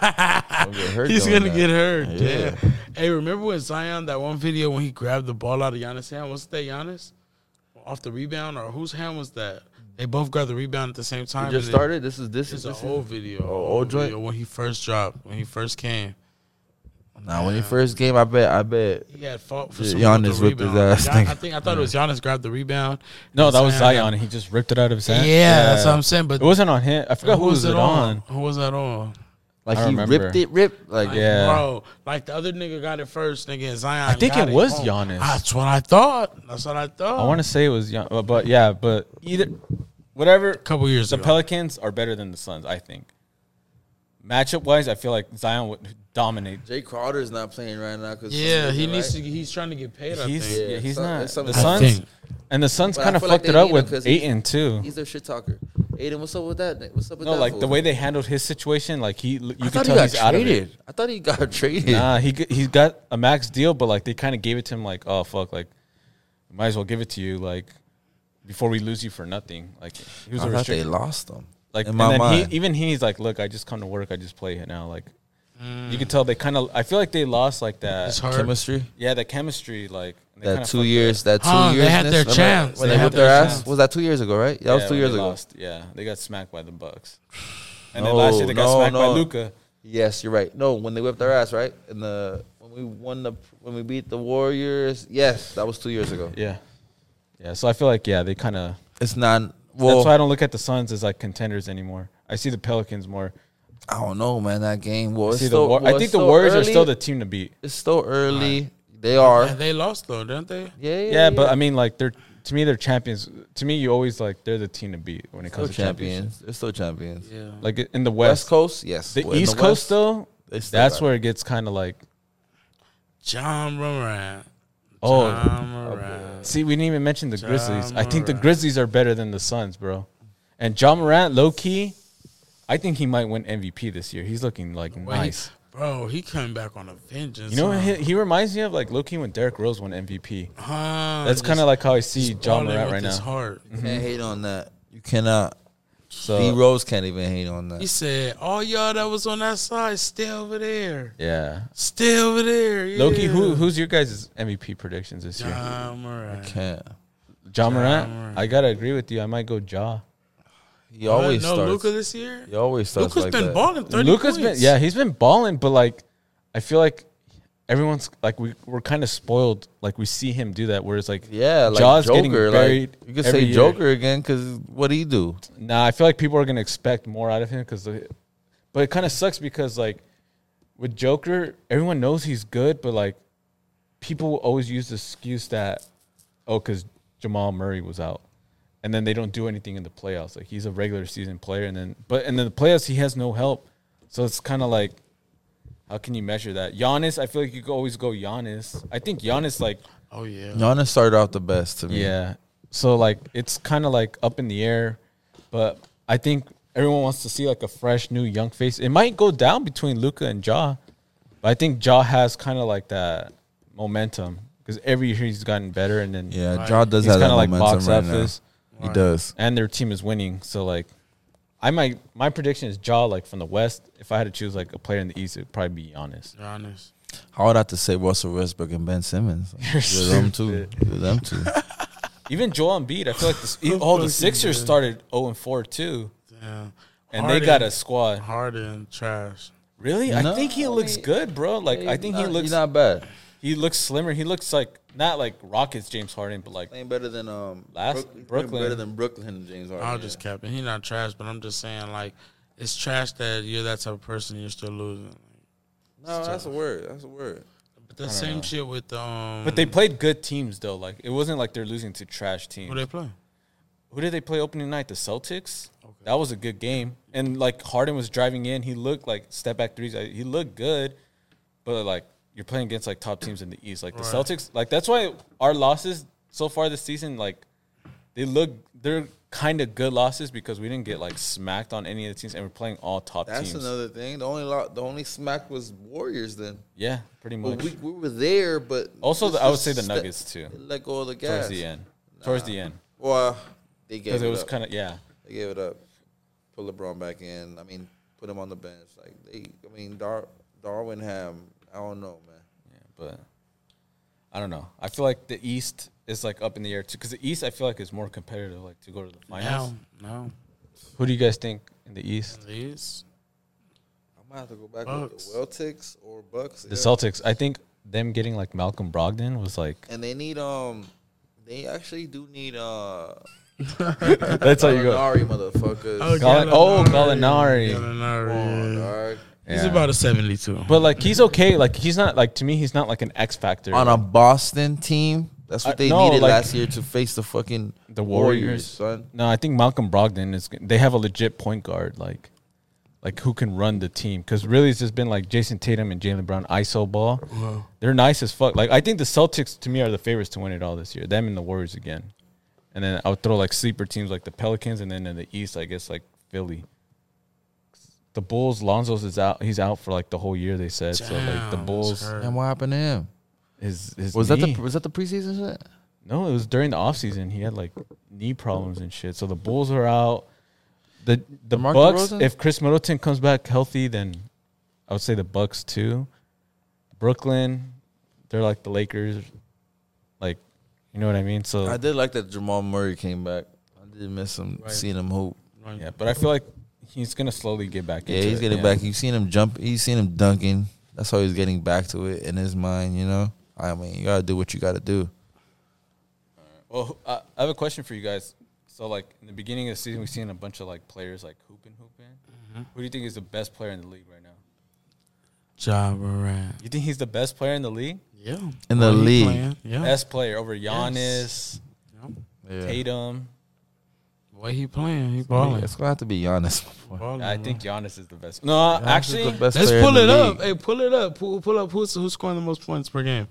hurt
He's
doing
gonna
that.
get hurt.
Yeah.
Yeah. Hey, remember when Zion that one video when he grabbed the ball out of Giannis' hand? Was that Giannis off the rebound or whose hand was that? They both grabbed the rebound at the same time.
He just
and it-
started. This is this
It's
is
an
this is-
old video.
old joint?
video when he first dropped, when he first came.
Nah, when he first game, I bet, I bet.
He had fought for
Yeah,
someone with
Giannis
the
whipped his
rebound.
ass,
Gian-
nigga.
I think I thought it was Giannis grabbed the rebound.
No,
And
that was Zion. He just ripped it out of his
Yeah,
hand.
that's what I'm saying. But
It wasn't on him. I forgot who was it on.
Who was that on?
Like
I
he
remember.
ripped it, ripped. Like
Like,
Yeah.
bro. Like the other nigga got it first, nigga. and Zion.
I think
got
it was
Boom.
Giannis.
Ah,
That's what I thought. That's what I thought.
I want to say it was young, but, but yeah, but either whatever.
a couple years
The
ago.
Pelicans are better than the Suns, I think. Matchup wise, I feel like Zion would dominate.
Jay Crowder's not playing right now because
yeah, he needs to. He's trying to get paid. I
He's
think.
yeah,
Yeah,
he's
some-
not
it's something
the
like
that. I
Suns,
think.
and the Suns
But I
kind of
feel like
fucked
they
it up
need him
with
'cause he's-
Aiton too.
He's their shit talker. Aiden, what's up with that? What's up with
No,
that?
like the
fool?
way they handled his situation, like he, you
I
can
thought he
tell
got
he's out of it.
traded. I thought he got traded.
Nah, he g- he's got a max deal, but like they kind of gave it to him, like oh fuck, like might as well give it to you, like before we lose you for nothing. Like he was a
I thought they
restricted,
lost him.
like
in
and
my
then
mind,
He, even he's like, look, I just come to work, I just play it now. Like you can tell they kind of, I feel like they lost like that.
Mm. It's hard.
chemistry.
Yeah, the chemistry, like and they
That
kinda
two
fucked it
years. That two
Huh,
years.
they had their chance.
When
They
they,
had
whipped
their
their ass.
chance.
Was that two years ago? Right. That was
Yeah,
two
when
years
they
ago.
Lost. Yeah, they got smacked by the Bucks. And then last
No,
year they got
no,
smacked by
no.
Luca.
Yes, you're right. No, when they whipped their ass, right? And the when we won the when we beat the Warriors. Yes, that was two years ago.
Yeah, yeah. So I feel like yeah, they kind of.
It's not. Well,
that's why I don't look at the Suns as like contenders anymore. I see the Pelicans more.
I don't know, man. That game
I
was
see the
still.
War-
well,
I think
it's
the
still
Warriors are
early.
still the team to beat.
It's still early. They are.
Yeah, they lost though, didn't they?
Yeah, yeah,
Yeah, but I mean, like they're to me they're champions. To me, you always like they're the team to beat when it
still
comes to champions.
champions. They're still champions.
Yeah.
Like in the
West,
West,
Coast, yes.
the
Well, in
East Coast
West,
though,
they still
that's
got
where it gets kind of like
John Morant.
oh.
John Morant.
See, we didn't even mention the
Ja
Grizzlies. I think the
Morant.
Grizzlies are better than the Suns, bro. And John Morant, low key, I think he might win MVP this year. He's looking like
Well, he-
nice.
bro, he came back on a vengeance.
You know,
huh?
he, he reminds me of like low key when Derrick Rose won MVP.
Huh,
That's
just
kind of like how I see John
balling
Morant
with
right
his
now. Mm-hmm.
Heart.
You can't hate on that. You cannot. D
So
Rose can't even hate on
He
that.
said, "All y'all that was on that side, stay over there,
yeah,
stay over there." Yeah.
low key, who who's your guys' MVP predictions this year?
John Morant.
Can't.
John Morant.
Morant.
I gotta agree with you. I might go Jaw.
He always
no
starts.
Luca this year.
he always starts
Luca's
like
been
that.
balling thirty
Luca's been
points.
yeah, he's been balling, but like I feel like everyone's like we we're kind of spoiled. Like we see him do that, where it's like
Yeah, like
Jaw's getting
Joker.
buried
Like you could
every
say
year.
Joker again because what he do?
Nah, I feel like people are gonna expect more out of him because, but it kind of sucks because like with Joker, everyone knows he's good, but like people will always use the excuse that oh, because Jamal Murray was out, and then they don't do anything in the playoffs. Like he's a regular season player, and then but and then the playoffs he has no help, so it's kind of like. How can you measure that? Giannis, I feel like you could always go Giannis. I think Giannis, like,
Oh yeah.
Giannis started out the best to me.
yeah. So like it's kind of like up in the air, but I think everyone wants to see like a fresh new young face. It might go down between Luca and Ja, but I think Ja has kind of like that momentum because every year he's gotten better, and then
yeah.
Right.
Ja does
he's
have
kind
that
of like
momentum
box
right
office,
now. He does.
and their team is winning. So like, I might my prediction is Ja like from the West. If I had to choose like a player in the East, it'd probably be honest.
Giannis.
How would I have to say Russell Westbrook and Ben Simmons? You're them too. You're them too.
Even Joel Embiid, I feel like this, all the Sixers started zero and four too,
Yeah.
and
Harden,
they got a squad.
Harden trash.
Really? I
No,
think he
I
looks
mean,
good, bro. Like I think he
He's not-
looks
he's not bad.
he looks slimmer. He looks like not like Rockets James Harden, but like
Ain't better than um
Last- Brook- he's better Brooklyn. better than
Brooklyn James
Oh,
Harden.
I'll just cap it. He not trash, but I'm just saying like it's trash that you're that type of person. You're still losing.
no, that's a word. That's a word.
But the same shit with um.
but
Mm.
they played good teams though. Like it wasn't like they're losing to trash
who
teams.
they play.
Who did they play opening night? The Celtics? That was a good game. And like Harden was driving in, he looked like step back threes. Like, He looked good, but like you're playing against like top teams in the East. Like the
Right.
Celtics, like that's why our losses so far this season like they look they're kind of good losses because we didn't get like smacked on any of the teams and we're playing all top
That's
teams.
another thing. The only lot, the only smack was Warriors then.
Yeah, pretty
But
much.
we, we were there, but
Also, the-
let's
I would
just
say the
step-
Nuggets, too.
Let go of the gas
towards the end. Towards the end.
Well, they gave
Because
it,
it was
up.
kind of yeah.
They gave it up. Put LeBron back in. I mean, put him on the bench. Like they, I mean, Dar- Darwin Ham. I don't know, man.
Yeah, but I don't know. I feel like the East is like up in the air too, because the East I feel like is more competitive, like to go to the finals.
Now, now,
Who do you guys think in the East?
these
I'm gonna have to go back
Bucks.
with the Celtics or Bucks.
The
yeah.
Celtics. I think them getting like Malcolm Brogdon was like
And they need um, they actually do need uh.
that's how you go.
Gallinari, motherfuckers.
Galli- oh, Gallinari.
Gallinari, yeah.
Dog.
He's
Yeah.
about a seventy-two.
But like he's okay. Like he's not like to me he's not like an X factor.
on a Boston team. That's
Uh,
what they
no,
needed
like-
last year to face the fucking
The Warriors.
son.
no, I think Malcolm Brogdon is. They have a legit point guard like. Like who can run the team? Because really, it's just been like Jason Tatum and Jalen Brown ISO ball. They're nice as fuck. Like I think the Celtics to me are the favorites to win it all this year. Them and the Warriors again, and then I would throw like sleeper teams like the Pelicans, and then in the East, I guess like Philly. The Bulls, Lonzo's is out. He's out for like the whole year. They said so. Like the
Damn,
Bulls,
that's hurt.
And what happened to him?
his his
Was that
knee-
the was that the preseason shit?
no, it was during the offseason. He had like knee problems and shit. So the Bulls are out. The the
DeMar
Bucks,
DeRozan?
if Chris Middleton comes back healthy, then I would say the Bucks too. Brooklyn, they're like the Lakers. Like, you know what I mean? So
I did like that Jamal Murray came back. I did miss him
Right.
seeing him hoop.
Like,
yeah, but I feel like he's gonna slowly get back
Yeah,
into
he's
it,
getting back. You've seen him jump. You've seen him dunking. That's how he's getting back to it in his mind. You know, I mean, you gotta do what you gotta do.
Well, who- I, I have a question for you guys. So like in the beginning of the season we've seen a bunch of like players like hooping hooping.
Mm-hmm.
Who do you think is the best player in the league right now?
Ja Morant.
You think he's the best player in the league?
Yeah.
In the
Well, he
league.
playing. Yeah.
Best player over Giannis,
Yeah.
Tatum.
Boy, he playing. He balling.
It's gonna have to be Giannis.
Balling,
I
bro.
think Giannis is the best. No, actually,
Let's pull it up. Hey, pull it up. Pull, pull up. Who's who's scoring the most points per game?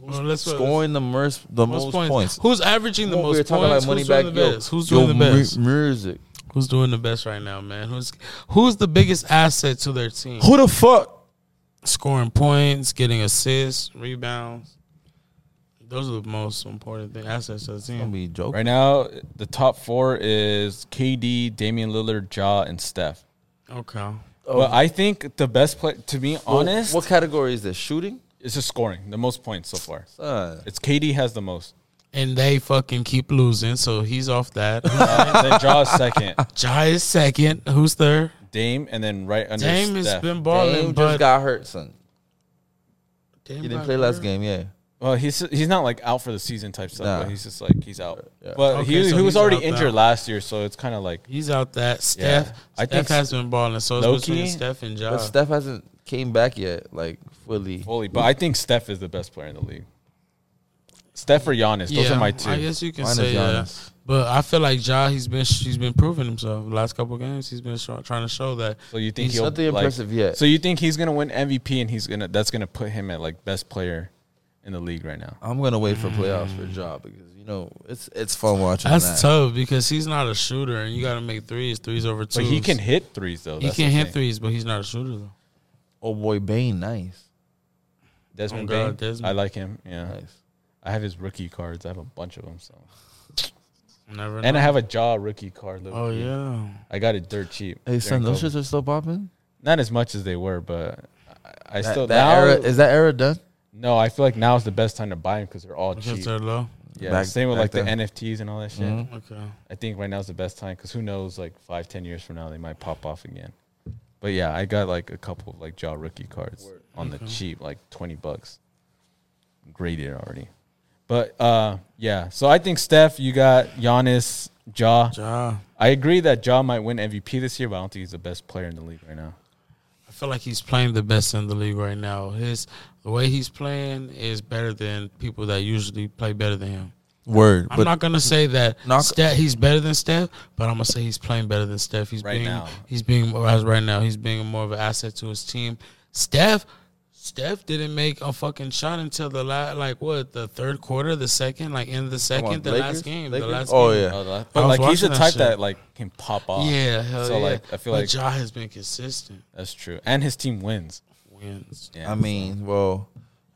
Well, let's
Scoring the, most the
most
most
points.
points.
Who's averaging the
Well,
most
we were talking
points?
about money
who's doing
back,
the
yo.
best? Who's
Yo,
doing the
mu-
best?
music.
Who's doing the best right now, man? Who's who's the biggest asset to their team?
Who the fuck?
Scoring points, getting assists, rebounds. Those are the most important thing assets to the
Gonna
team.
be joking.
right now the top four is KD, Damian Lillard, Ja, and Steph.
Okay.
But I think the best play, to be honest,
What category is this? Shooting?
it's just scoring the most points so far.
Uh,
It's KD has the most.
And they fucking keep losing, so he's off that.
Uh, then Ja is second,
Jai is second. Who's third?
Dame, and then right under
Dame has
Steph.
been
Dame
balling,
just
but
got hurt, son.
Dame
He didn't
got
play last
hurt.
game. Yeah.
Well, he's he's not like out for the season type stuff,
Nah.
but he's just like he's out.
Yeah.
But
Okay,
he,
so
he was
he's
already
out
injured
now.
last year, so it's kind of like
He's out that Steph.
I
I
think
think has been balling, so it's
low-key,
between Steph and Ja.
But Steph hasn't came back yet, like fully.
fully. But I think Steph is the best player in the league. Steph or Giannis, those
Yeah,
are my two.
I guess you can
Mine is
say yeah.
Giannis.
But I feel like Ja, he's been he's been proving himself. The last couple of games, he's been show, trying to show that.
So you think
He's
he'll
nothing
like-
impressive yet.
So you think he's gonna win MVP and he's gonna that's gonna put him at like best player in the league right now.
I'm gonna wait for playoffs for Ja because you know it's it's fun watching
Mm. That's
that.
tough because he's not a shooter, and you got to make threes. Threes over two.
But he can hit threes though.
He
that's
can
the
hit
thing.
threes, but he's not a shooter though.
Oh boy, Bane, nice,
Desmond
Oh, God,
Bane,
Desmond.
I like him. Yeah,
nice.
I have his rookie cards. I have a bunch of them. So
Never.
and
know.
I have a Jaw rookie card. low
oh
key.
yeah.
I got it dirt cheap.
Hey
during
son, those
COVID.
shits are still popping.
not as much as they were, but I, I
That,
still
that
now,
era is that era done.
No, I feel like now is the best time to buy them because they're all
Because
cheap.
they're low.
yeah,
Back-
same with
back
like the
then.
NFTs and all that shit.
Mhm.
Okay.
I think right now is the best time because who knows, like five, ten years from now, they might pop off again. But yeah, I got like a couple of like Jaw rookie cards on the cheap, like twenty bucks, graded already. But uh, yeah, so I think Steph, you got Giannis, Jaw.
Ja.
I agree that Jaw might win MVP this year, but I don't think he's the best player in the league right now.
I feel like he's playing the best in the league right now. His the way he's playing is better than people that usually play better than him.
Word,
I'm
but
not gonna say that
Knock-
Steph, he's better than Steph, but I'm gonna say he's playing better than Steph. He's
Right
being
now.
he's being more- as right now he's being more of an asset to his team. Steph, Steph didn't make a fucking shot until the la- like what the third quarter, the second like end of the
Come on,
second, the
Lakers?
last game,
Lakers?
the last
Oh
game.
yeah,
But
I was
like he's the
watching that
type
shit.
that like can pop off.
Yeah, hell
So
yeah.
like I feel
but
like
Ja has been consistent.
that's true, and his team wins.
Wins.
Yeah.
I mean, well,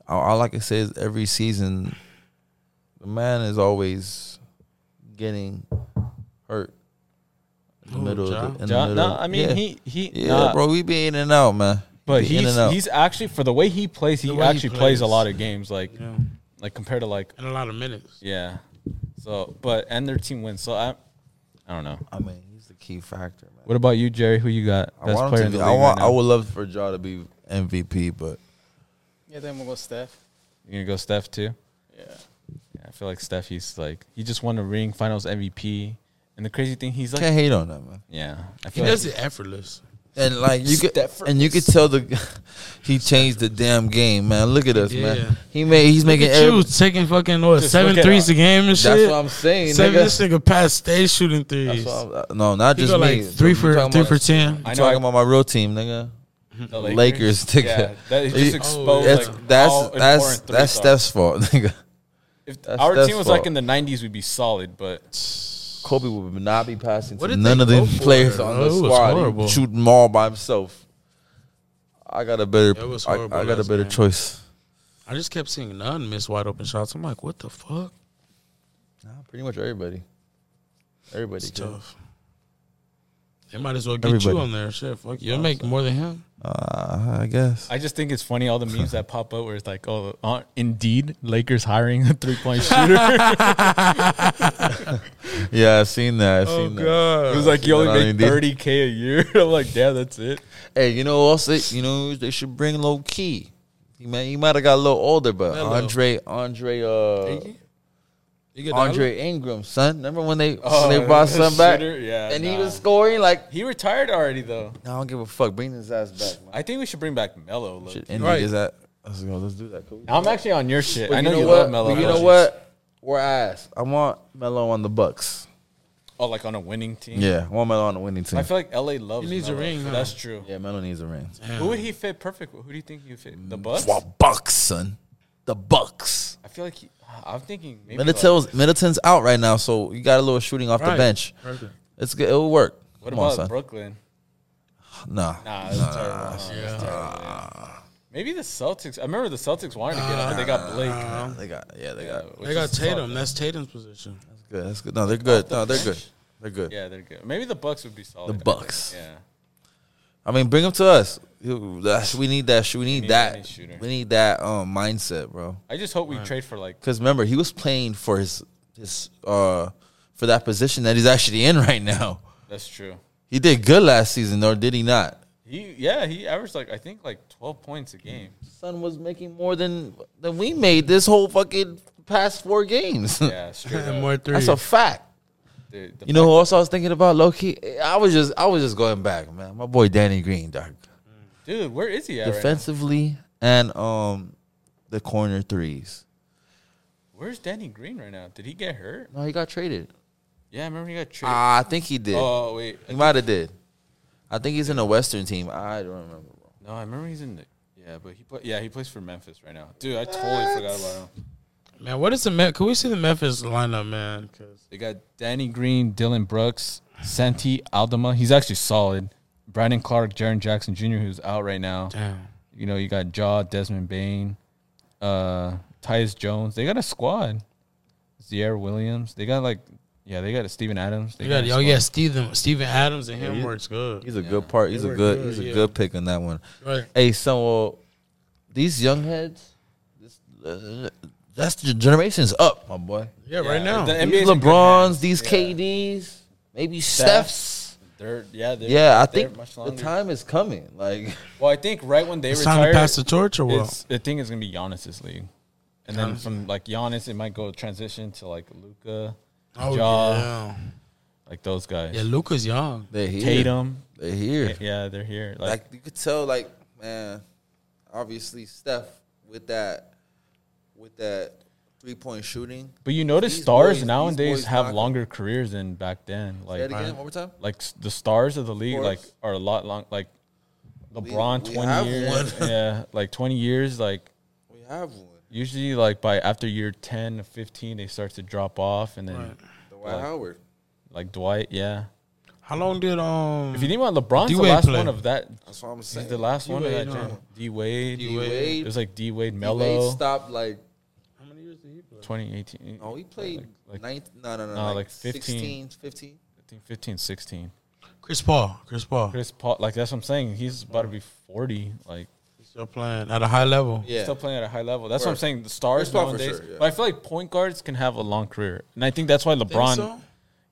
all, all I can say is every season, the man is always getting hurt in the
Who,
middle.
Ja?
Of the, in
Ja-
the middle.
no, I mean
yeah.
he he
yeah,
nah,
bro, we be in and out, man.
But
He be in
he's
and out.
he's actually for the way he plays,
The
he
way he
actually plays. a
plays.
lot of games, like
Yeah.
like compared to like
In a lot of minutes.
yeah. So but and their team wins. So I I don't know.
I mean, he's the key factor, man.
What about you, Jerry? Who you got?
I want him to be, I
league
want.
right
I
now?
would love for Ja to be MVP, but
Yeah, then we'll go Steph.
You gonna go Steph too?
Yeah.
Yeah, I feel like Steph. He's like he just won a ring, Finals MVP, and the crazy thing he's like
can't hate on that, man.
yeah. I
He
feel like
does it effortless.
And like you could, and you could tell the he changed the damn game, man. Look at us,
Yeah.
man. He made he's making
Look at you
every-
taking fucking what
Just
seven
look at
threes
our-
a game and
That's
shit.
what I'm saying,
Seven,
nigga.
this nigga past stage shooting
That's
threes.
what I'm- uh, no, not
He
just
go
me.
like three
You
for
talking
three
about-
for ten.
I
You
know I-
talking about my real team, nigga.
the
Lakers, nigga.
Yeah, that is
He-
just exposed.
that's
like, how
that's
important
that's
threes
that's
are.
Steph's fault, nigga.
If
that's
our
Steph's
team was like
fault.
in the '90s, we'd be solid, but
Kobe would not be passing
What
to
did
none
they
of
go
the
for?
players on
Oh,
the
it was
squad. He
horrible.
would shoot them all by himself. I got a better.
It was
I,
horrible
I got a
last
better
game.
choice.
I just kept seeing none miss wide open shots. I'm like, what the fuck?
Nah, pretty much everybody. Everybody.
It's
did.
tough. They might as well get you
Everybody.
on there. Shit, fuck you. You'll make more than him.
Uh, I guess.
I just think it's funny all the memes that pop up where it's like, oh, uh, indeed, Lakers hiring a three point shooter. it
Yeah, I've seen that.
Oh,
I've seen that.
was like you
Not on
only make
Indeed.
thirty k a year. I'm like, damn, that's it.
Hey, you know also you know they should bring low key. He might he might have got a little older, but
Melo.
Andre Andre uh
You get
Andre Ingram, son. Remember when they
Oh,
when they brought some back
Shooter? Yeah,
and he
nah.
was scoring like
he retired already though.
I don't give a fuck. Bring his ass back, man.
I think we should bring back Melo. look.
Should end
Right.
his ass. Let's go. Let's do that. Cool.
I'm actually on your shit. I know you,
you
love
what?
Melo.
You know what? We're ass. I want Melo on the Bucks.
Oh, like on a winning team.
Yeah, I want Melo on the winning team.
I feel like LA loves.
He needs a
Melo.
ring, huh?
That's true.
yeah, Melo needs a ring.
Who would he fit perfect with? Who do you think he would fit? The
Mm,
Bucks.
Well, Bucks, son. The Bucks.
I feel like he, I'm thinking maybe. like-
Middleton's Middleton's out right now, so you got a little shooting off
Right.
the bench.
Perfect.
It's good. It'll work.
what
Come on,
about
son.
Brooklyn?
Nah.
Nah, that's terrible. Nah, that's terrible. Maybe the Celtics. I remember the Celtics wanted to get him, but they got Blake.
They got yeah, they got
which
They got
is
Tatum. That's Tatum's position.
that's good. That's good. No, they're good. No, they're good. They're good.
Yeah, they're good. Maybe the Bucks would be solid.
The
I think.
Bucks.
Yeah.
I mean, bring them to us. Ew, that's- we need that. We need
need any
that.
shooter.
We need that um, mindset, bro.
I just hope we trade for like.
Because remember, he was playing for his his uh for that position that he's actually in right now.
That's true.
He did good last season, or did he not?
He yeah he averaged like I think like 12 points a game.
Son was making more than than we made this whole fucking past four games.
Yeah, straight
And
up.
more three.
that's a fact.
The- the
You know who else I was thinking about? Low key, I was just I was just going back, man. My boy Danny Green, dog.
fact- dude, where is he at? Right now?
Defensively and um the corner threes.
Where's Danny Green right now? Did he get hurt?
No, he got traded.
Yeah, I remember he got traded.
Ah, I think he did.
oh wait,
he might have did. I think he's in a Western team. I don't remember. bro.
no, I remember he's in. The, yeah, but he play, Yeah, he plays for Memphis right now. Dude, I totally forgot about him.
man, what is the Met? Can we see the Memphis lineup, man? 'Cause-
They got Danny Green, Dylan Brooks, Santi Aldama. He's actually solid. Brandon Clark, Jaron Jackson Jr., who's out right now.
damn.
You know, you got Jaw, Desmond Bain, uh, Tyus Jones. They got a squad. Zier Williams. They got like, yeah, they got a Steven Adams. They
You got,
a
oh
squad.
yeah, Steven, Steven Adams and him works good.
He's a good part. He's a
were
good.
good,
He's a
yeah.
good pick on that one.
Right.
Hey, so well, these young heads, this, uh, that's the generation's up, my boy.
Yeah,
Yeah,
right now.
the NBA
These
's in good
LeBrons,
hands.
these
Yeah.
KDs, maybe
Steph.
Stephs.
They're, yeah, they're,
Yeah,
they're
I think
much
the
longer.
time is coming. Like
Well, I think right when they
it's time
retire,
to pass the torch or what?
it's, I think it's gonna be Giannis's league, and then from like Giannis, it might go transition to like Luca,
Oh,
Ja,
yeah.
like those guys.
Yeah, Luca's young.
they're here.
Tatum,
They're here.
yeah, they're here. Like,
Like you could tell, like man, obviously Steph with that, with that three point shooting.
but you notice
these
stars
boys- these
nowadays
boys
have
knock-
longer careers than back then.
Say it
Like,
again, one more time.
like s- the stars of the league,
Of
like
course.
are a lot long. Like LeBron,
we have
twenty years,
one.
yeah, like twenty years, like.
We have one.
Usually, like by after year 10 to 15, they start to drop off, and then
Dwight Howard.
like Dwight, yeah.
How long did um?
If you think about it, LeBron's the
D-Wade
last
play.
one of that.
That's what I'm
He's
saying.
the last one of
D-Wade,
that.
huh?
gen. D Wade.
D
It
Wade.
was like D Wade,
Melo
Mello,
stopped like
how many years did he play?
2018,
oh he played
Like- like-
ninth no no no,
no,
like,
like 15.
16, 15.
15, 16.
Chris Paul. Chris Paul.
Chris Paul, like that's what I'm saying. He's about to be 40. Like
He's still playing at a high level.
Yeah.
still playing at a high level. That's what I'm
Word.
saying. The stars
Chris Paul for
nowadays.
sure, yeah.
But I feel like point guards can have a long career, and I think that's why
Think
LeBron,
so?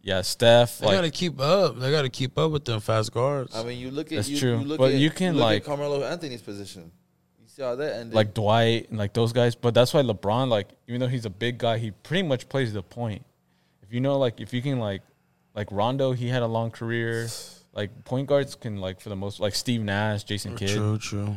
yeah, Steph,
They gotta
like
keep up. They gotta keep up with them fast guards.
I mean, you look at
That's
you,
true.
you look
But
at
you can,
look
like-
at Carmelo Anthony's position. You see how that ended.
like Dwight and like those guys. But that's why LeBron, like even though he's a big guy, he pretty much plays the point. If you know, like if you can, like like Rondo, he had a long career. Like point guards can like for the most like Steve Nash, Jason Kidd,
True, true.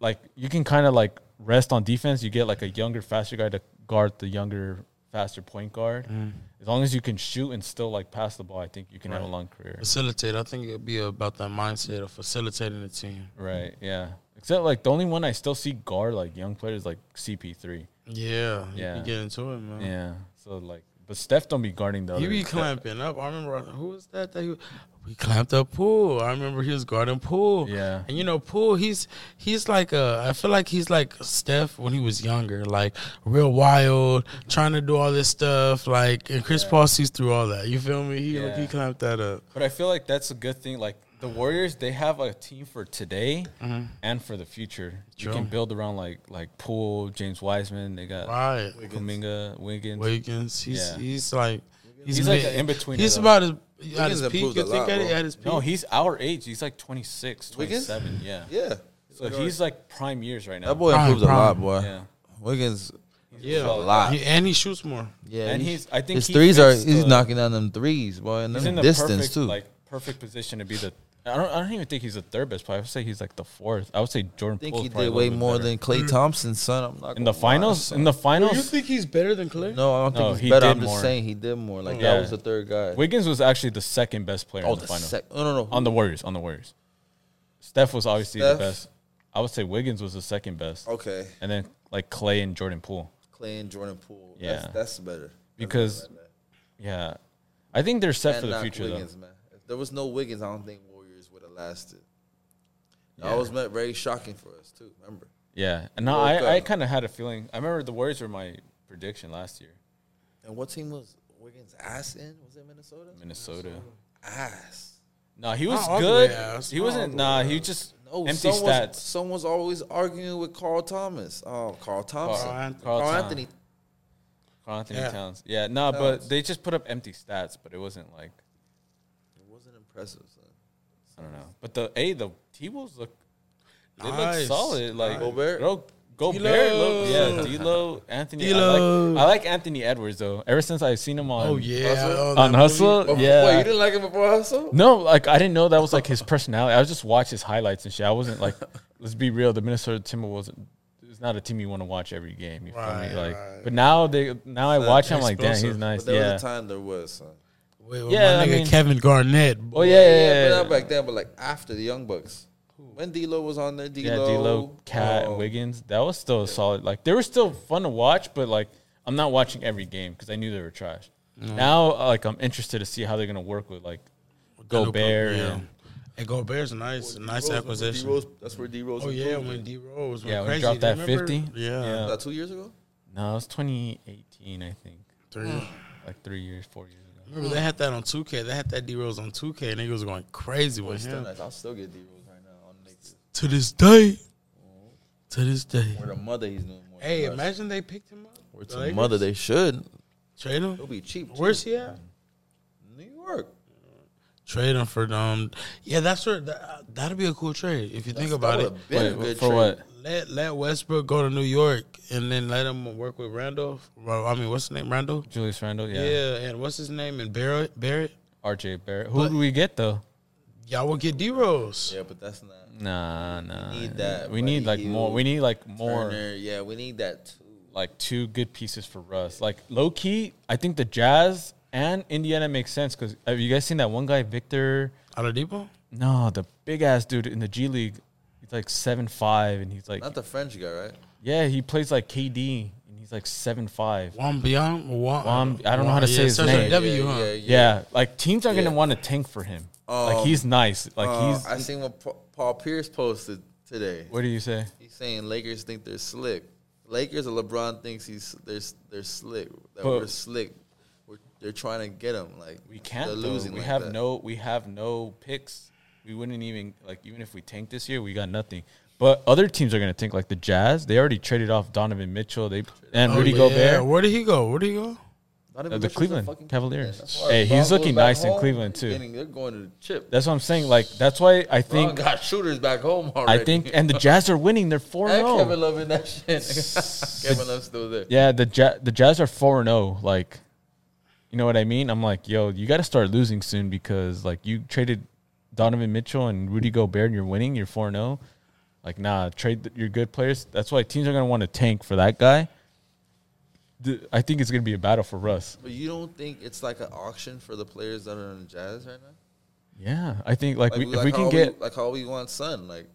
like you can kind of like rest on defense. You get like a younger, faster guy to guard the younger, faster point guard.
Mm.
As long as you can shoot and still like pass the ball, I think you can have a long career.
Facilitate. I think it'd be about that mindset of facilitating the team.
Right? Yeah. Except like the only one I still see guard like young players is, like CP3.
Yeah,
Yeah.
You can get into it, man.
Yeah. So like, but Steph don't be guarding the.
He
other-
be clamping up. I remember who was that that he we clamped up Poole. I remember he was guarding Poole.
Yeah.
And you know, Poole, he's he's like a I feel like he's like Steph when he was younger, like real wild, trying to do all this stuff. Like and Chris Paul sees through all that. You feel me? He
Yeah.
he clamped that up.
But I feel like that's a good thing. Like the Warriors, they have a team for today and for the future.
Mm-hmm. True.
You can build around like like Poole, James Wiseman. They got
Right.
Kuminga, Wiggins.
Wiggins. He's
Yeah.
he's like he's,
He's like
mid-
an in-betweener,
He's
though.
about as at
Wiggins
his peak.
improved
You
a
think
lot,
at,
bro.
at his peak?
No, he's our age. He's like 26,
Wiggins?
27. Yeah.
yeah,
So he's like prime years right now.
that boy
Prime,
improves a lot,
prime.
boy.
Yeah.
Wiggins,
yeah.
a lot.
He- and he shoots more.
yeah,
And he's- I think
his
he
threes are
fits
he's
the-
knocking down them threes, boy, and
He's
them
in the
distance
perfect,
too.
like perfect position to be the I don't. I don't even think he's the third best player. I would say he's like the fourth. I would say Jordan.
I think
Poole's
he
probably
did
a
way
little bit
more
better.
than Clay Thompson, son. I'm not
in the
gonna lie,
finals.
son.
In the
Do you
finals,
think he's better than Clay?
No, I don't
No,
think
he
he's better.
did
I'm just
more.
saying he did more. Like
Yeah.
that was the third guy.
Wiggins was actually the second best player.
oh,
in the,
the
finals.
sec. No, no, no.
on the Warriors. On the Warriors, Steph was obviously
Steph?
the best. I would say Wiggins was the second best,
okay,
and then like Clay and Jordan Poole.
Clay and Jordan Poole.
Yeah.
that's, that's better That's
Because
better, man.
Yeah, I think they're set
And
for the
knock
future
Wiggins, man. If there was no Wiggins, I don't think Warriors would have lasted.
Yeah.
That was meant very shocking for us too. Remember?
though. Yeah, and no,
Well,
I, I
uh,
kind of had a feeling. I remember the Warriors were my prediction last year.
And what team was Wiggins ass in? Was it Minnesota?
Minnesota.
Ass.
No, he was
all the way
good.
ass,
He
not all
wasn't.
the
Nah,
way
he just
No,
empty
someone's,
stats.
Someone's always arguing with Carl Thomas. Oh, Carl Thompson.
Karl Anthony.
Karl
Karl
Tom-
Anthony.
Karl Anthony
Yeah.
Towns. Yeah, no,
Towns.
but they just put up empty stats, but it wasn't like
It wasn't impressive, son.
I don't know. But the a the T Wolves look they
Nice.
look solid. Like
Gobert?
bro, Gobert,
D'Lo.
look- yeah, D'Lo, Anthony. I
D'Lo.
like I like Anthony Edwards though. Ever since I've seen him on
Oh yeah,
Hustle?
oh, that
on
movie.
Hustle,
Before-
yeah.
Wait, you didn't like him before Hustle?
no, like I didn't know that was like his personality. I was just watch his highlights and shit. I wasn't like, let's be real, the Minnesota Timberwolves is not a team you want to watch every game. You feel
Right,
me? Like,
right.
but now they now I watch him like, damn,
explosive.
he's nice.
But there
Yeah.
was a time there was, son.
Wait, with
Yeah,
my
I
nigga
mean-
Kevin Garnett.
Oh
boy.
yeah, yeah, yeah.
but not back then, but like after the Young Bucks. When D'Lo was on there,
Yeah,
D'Lo,
D'Lo, Cat,
Oh.
um,
Wiggins. That was still a solid. Like they were still fun to watch, but like I'm not watching every game because I knew they were trash. Now, like I'm interested to see how they're gonna work with like Gobert.
Yeah.
and-
And Gobert's a nice, nice
D-Rose,
acquisition.
D-Rose, that's where D Rose.
Oh yeah, when D Rose went
yeah, when
crazy,
he dropped that
remember?
50.
Yeah,
that two years ago.
No, it was 2018, I think,
Three.
like three years, four years ago.
Remember they had that on 2K. They had that D Rose on 2K, and niggas was going crazy with
Still
him.
nice. I'll still get D Rose right now on Knicks.
To this day, to this day.
Where the mother he's doing more.
Hey,
than us.
imagine they picked him up.
Where
The
to
Lakers.
mother they should.
trade him.
It'll be cheap. Too.
Where's he at?
New York?
Trade him for um. Yeah, that's where that, that'd be a cool trade if you think
That
about it.
would've been a
Wait,
good
for
trade.
what?
Let let Westbrook go to New York and then let him work with Randolph. Well, I mean, what's his name? Randolph.
Julius Randle, yeah.
Yeah. and what's his name? And Barrett. Barrett.
RJ Barrett. Who
But-
do we get though?
Y'all will get D Rose.
Yeah, but that's not
Nah, nah.
need that,
We need like
buddy.
more. We need like more.
Turner. Yeah, we need that too.
like two good pieces for Russ. Like low key, I think the Jazz and Indiana makes sense because have you guys seen that one guy Victor?
Oladipo.
No, the big ass dude in the G League. He's like seven five, and he's like
Not the French guy, right?
yeah, he plays like KD, and he's like seven five.
Wambiam.
Wam- I don't know how to say his name.
W,
yeah,
huh?
yeah, yeah.
Yeah, like teams are
Yeah.
gonna want to tank for him.
Um,
like he's nice. Like
Uh,
he's.
I seen what Pa- Paul Pierce posted today.
what do you say?
He's saying Lakers think they're slick. Lakers or LeBron thinks he's they're they're slick. That
But-
we're slick. We're, they're trying to get him. Like
We can't.
They're
though.
losing.
we
like
have
that.
no. We have no picks. We wouldn't even like even if we tank this year, we got nothing. But other teams are going to tank. Like the Jazz, they already traded off Donovan Mitchell. They and Rudy
Oh, yeah.
Gobert.
Where did he go? Where did he go?
Not even
Uh, the
Oh, Mitchell's a
Cleveland
fucking-
Cavaliers.
That's why
Hey,
LeBron
he's
goes
looking
back
nice in
home,
Cleveland,
he's
too.
getting- They're going to the chip.
That's what I'm saying. Like that's why I
LeBron
think
got shooters back home
I
already.
think and the Jazz are winning. They're four oh.
and Kevin
zero.
Love in that shit. Kevin Love's still there.
Yeah, the ja- the Jazz are four zero. Like, you know what I mean? I'm like, yo, you got to start losing soon because like you traded Donovan Mitchell and Rudy Gobert, and you're winning. You're four zero. Like, nah, trade th- your good players. That's why teams are gonna want to tank for that guy. The- I think it's gonna be a battle for Russ.
But you don't think it's like an auction for the players that are on the Jazz right now?
Yeah, I think like, we, if
like
we
how
can get
like how we want Sun. Like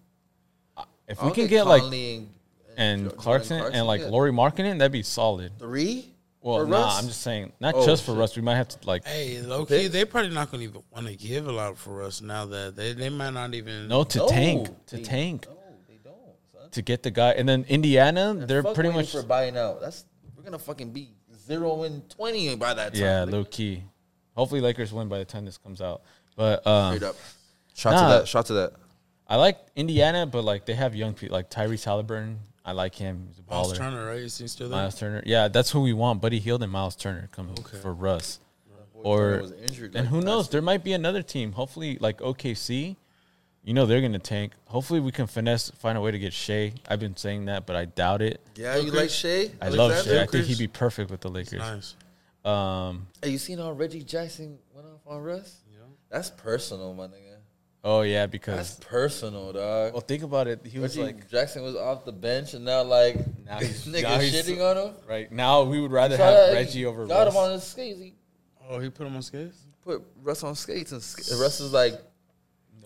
if
I
we
don't
can
think
get like
Conley and,
and
Jo- Jordan
Clarkson, and like
yeah.
Laurie Markkinen, that'd be solid.
three.
Well,
For
nah,
Russ?
I'm just saying not
Oh,
just for
shit.
Russ. We might have to like
Hey, low key, they probably not gonna even want to give a lot for us now that they, they might not even.
no to
No,
tank to
they-
tank.
No, they don't. Son.
to get the guy. And then Indiana, they're
Fuck
pretty
waiting
much
for buying out. That's we're gonna fucking be zero and twenty by that time.
yeah,
nigga.
low key. Hopefully, Lakers win by the time this comes out. But um,
Straight up. Shot
Nah.
to that. Shot to that.
I like Indiana, but like they have young people like Tyrese Halliburton. I like him. He's a
Miles
baller.
Turner, right? Is he still there?
Miles Turner. Yeah, that's who we want. Buddy Hield and Miles Turner coming for Russ. Or
Turner was injured,
and
like,
who
last
knows? There might be another team. Hopefully, like OKC. You know they're gonna tank. Hopefully, we can finesse, find a way to get Shea. I've been saying that, but I doubt it.
Yeah, you like Shea?
I love
Alexander?
Shea. I think he'd be perfect with the Lakers.
nice.
Um,
Hey, you seen how Reggie Jackson went off on Russ? That's personal, my nigga.
Oh yeah,
That's
because
personal, dog.
well, think about it. He was
Reggie
like
Jackson was off the bench, and now like
Now
this
he's-
nigga
now he's-
shitting on him.
right now we would rather
Shout
have
out-
Reggie over
got him on
Russ.
his skates. He
Oh, he put him on skates.
put Russ on skates, and sk- and Russ is like,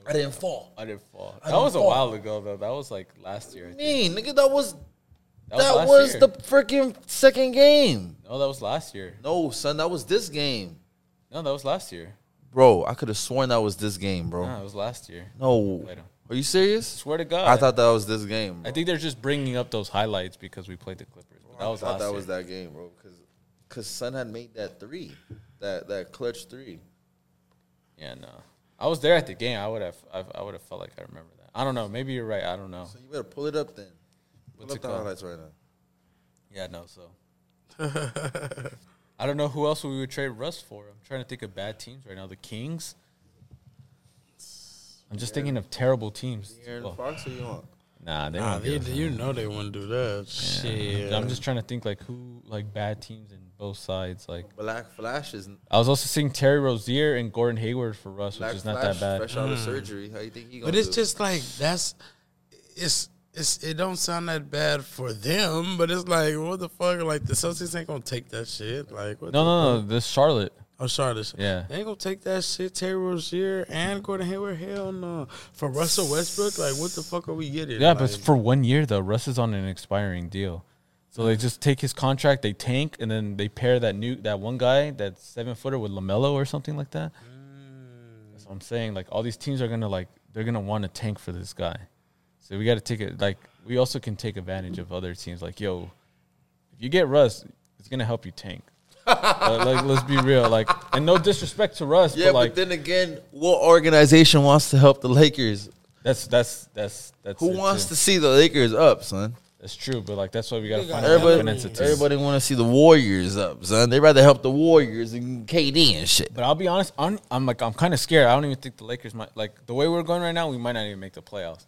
I didn't fall.
I didn't fall.
I
that
didn't
was a
fall.
while ago though. That was like last year. I think.
Mean nigga, that was that,
last
was,
year.
the freaking second game.
no. That was last year.
No, son, that was this game,
No, that was last year.
bro. I could have sworn that was this game, bro.
No, that was last year.
No,
Later.
are you serious?
Swear to God.
I thought that was this game. Bro.
I think they're just bringing up those highlights because we played the Clippers. But that was
I thought
last
that
year.
was that game, bro, because because Sun had made that three, that that clutch three.
Yeah, no. I was there at the game. I would have. I, I would have felt like I remember that. I don't know. Maybe you're right. I don't know.
So you better pull it up then. Pull
What's
up
it
the
called?
highlights right now.
Yeah, no. So I don't know who else we would trade Russ for. I'm trying to think of bad teams right now. The Kings. I'm just thinking of terrible teams.
Aaron
Well,
Fox, who you want?
nah, they
Nah,
won't
they,
give us
you know they wouldn't do that. Shit.
that. I'm just trying to think like who like bad teams in both sides. Like
Black Flash is
I was also seeing Terry Rozier and Gordon Hayward for Russ,
Black
which is not
Flash,
that bad. Mm.
fresh out of surgery. How you think he gonna?
But it's
do?
just like that's it's it's it don't sound that bad for them, but it's like what the fuck? Like the Celtics ain't gonna take that shit. Like what
No,
the
no,
fuck?
no. This Charlotte.
Oh, Charlotte.
Yeah.
They ain't gonna take that shit. Terry Rozier and Gordon Hayward. Hell no. For Russell Westbrook, like what the fuck are we getting?
Yeah,
Like,
but for one year though, Russ is on an expiring deal, so they just take his contract, they tank, and then they pair that new that one guy that seven footer with Lamelo or something like that.
Mm.
That's what I'm saying. Like all these teams are gonna like they're gonna want to tank for this guy, so we got to take it. Like we also can take advantage of other teams. Like yo, if you get Russ, it's gonna help you tank. Uh, like let's be real. Like and no disrespect to Russ,
yeah,
but
but,
like
then again, what organization wants to help the Lakers?
that's that's that's that's
Who
it,
wants
too.
to see the Lakers up, son?
That's true, but like that's why we gotta find out
Everybody,
confidence of teams.
everybody want to see the Warriors up, son. They rather help the Warriors and KD and shit.
But I'll be honest, I'm, I'm like I'm kind of scared. I don't even think the Lakers might like the way we're going right now. We might not even make the playoffs.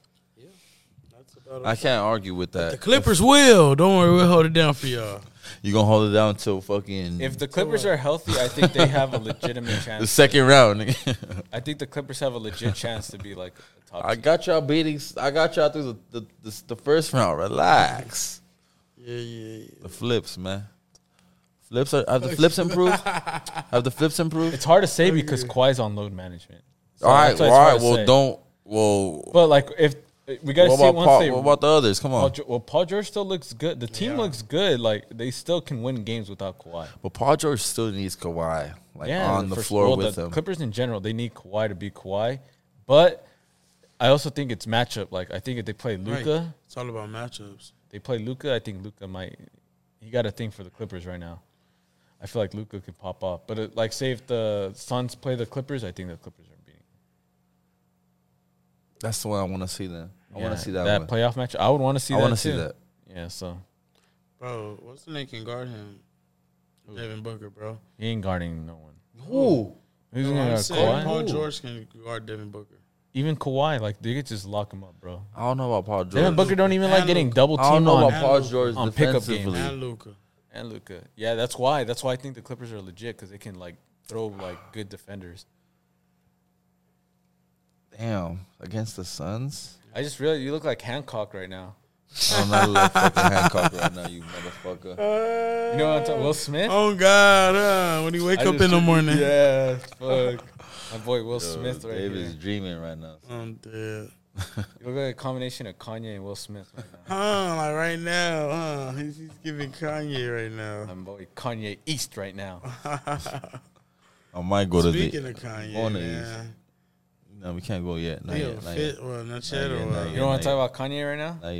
that's about
I
it.
can't argue with
The
that.
Clippers will. Don't worry, we'll hold it down for y'all.
You gonna hold it down until fucking
If the Clippers are healthy, I think they have a legitimate
the
chance.
second round. nigga.
I think the Clippers have a legit chance to be like a top.
I
team.
got y'all beating. I got y'all through the the, the, the first round. Relax.
Yeah, yeah, yeah.
The flips, man. Flips are have the flips improved? have the flips improved?
It's hard to say because Kawhi's on load management. So
all right,
that's why
all
it's
right.
hard to
Well,
say.
don't. Well,
But like if we gotta
what
see
about
once
Paul,
they
what about the others? Come
Paul
on.
Geo- well Paul George still looks good. The team
Yeah.
looks good. Like they still can win games without Kawhi.
But Paul George still needs Kawhi like
yeah,
on the
for-
floor
well,
with
the
him.
Clippers in general, they need Kawhi to be Kawhi, but I also think it's matchup. Like I think if they play
Right.
Luca,
It's all about matchups.
they play Luca. I think Luca might. He got a thing for the Clippers right now. I feel like Luca can pop off, but it, like say if the Suns play the Clippers, I think the Clippers are beating.
That's the one I want to see. Then I want
Yeah,
to see that, one.
playoff match. I would want to see.
I
want
wanna
to
see that.
Yeah, so
Bro, what's the name can guard him? Devin Booker, bro.
he ain't guarding no one.
Who?
Who's
No,
gonna
I'm
guard
saying
Kawhi?
Paul George can guard Devin Booker.
Even Kawhi, like they could just lock him up, bro.
I don't know about Paul George.
Devin Booker don't even like getting
Luka.
double
I don't
teamed
know
on
about Paul George
on pickup game.
defensively.
And Luca.
and Luca. Yeah, that's why. That's why I think the Clippers are legit because they can like throw like good defenders.
Damn, against the Suns.
I just realized you look like Hancock right now.
I don't know. I love fucking Hancock right now, you motherfucker.
You know what I'm talking? Will Smith.
Oh God! Uh, when he wake
I
up
just-
in the morning,
Yeah, fuck. My boy Will Smith right
David's
here.
dreaming right now.
I'm dead.
You look like a combination of Kanye and Will Smith right now.
Huh? Like right now, huh? He's, he's giving Kanye right now.
My boy Kanye East right now.
I might go to the.
Speaking of Kanye,
Mona Lisa.
man,
No, we can't go yet. Not
he a
yet. Not yet.
fit one, not uh, yet,
yet,
or what?
not
You
yet.
don't want to talk about Kanye right now?
Not yet.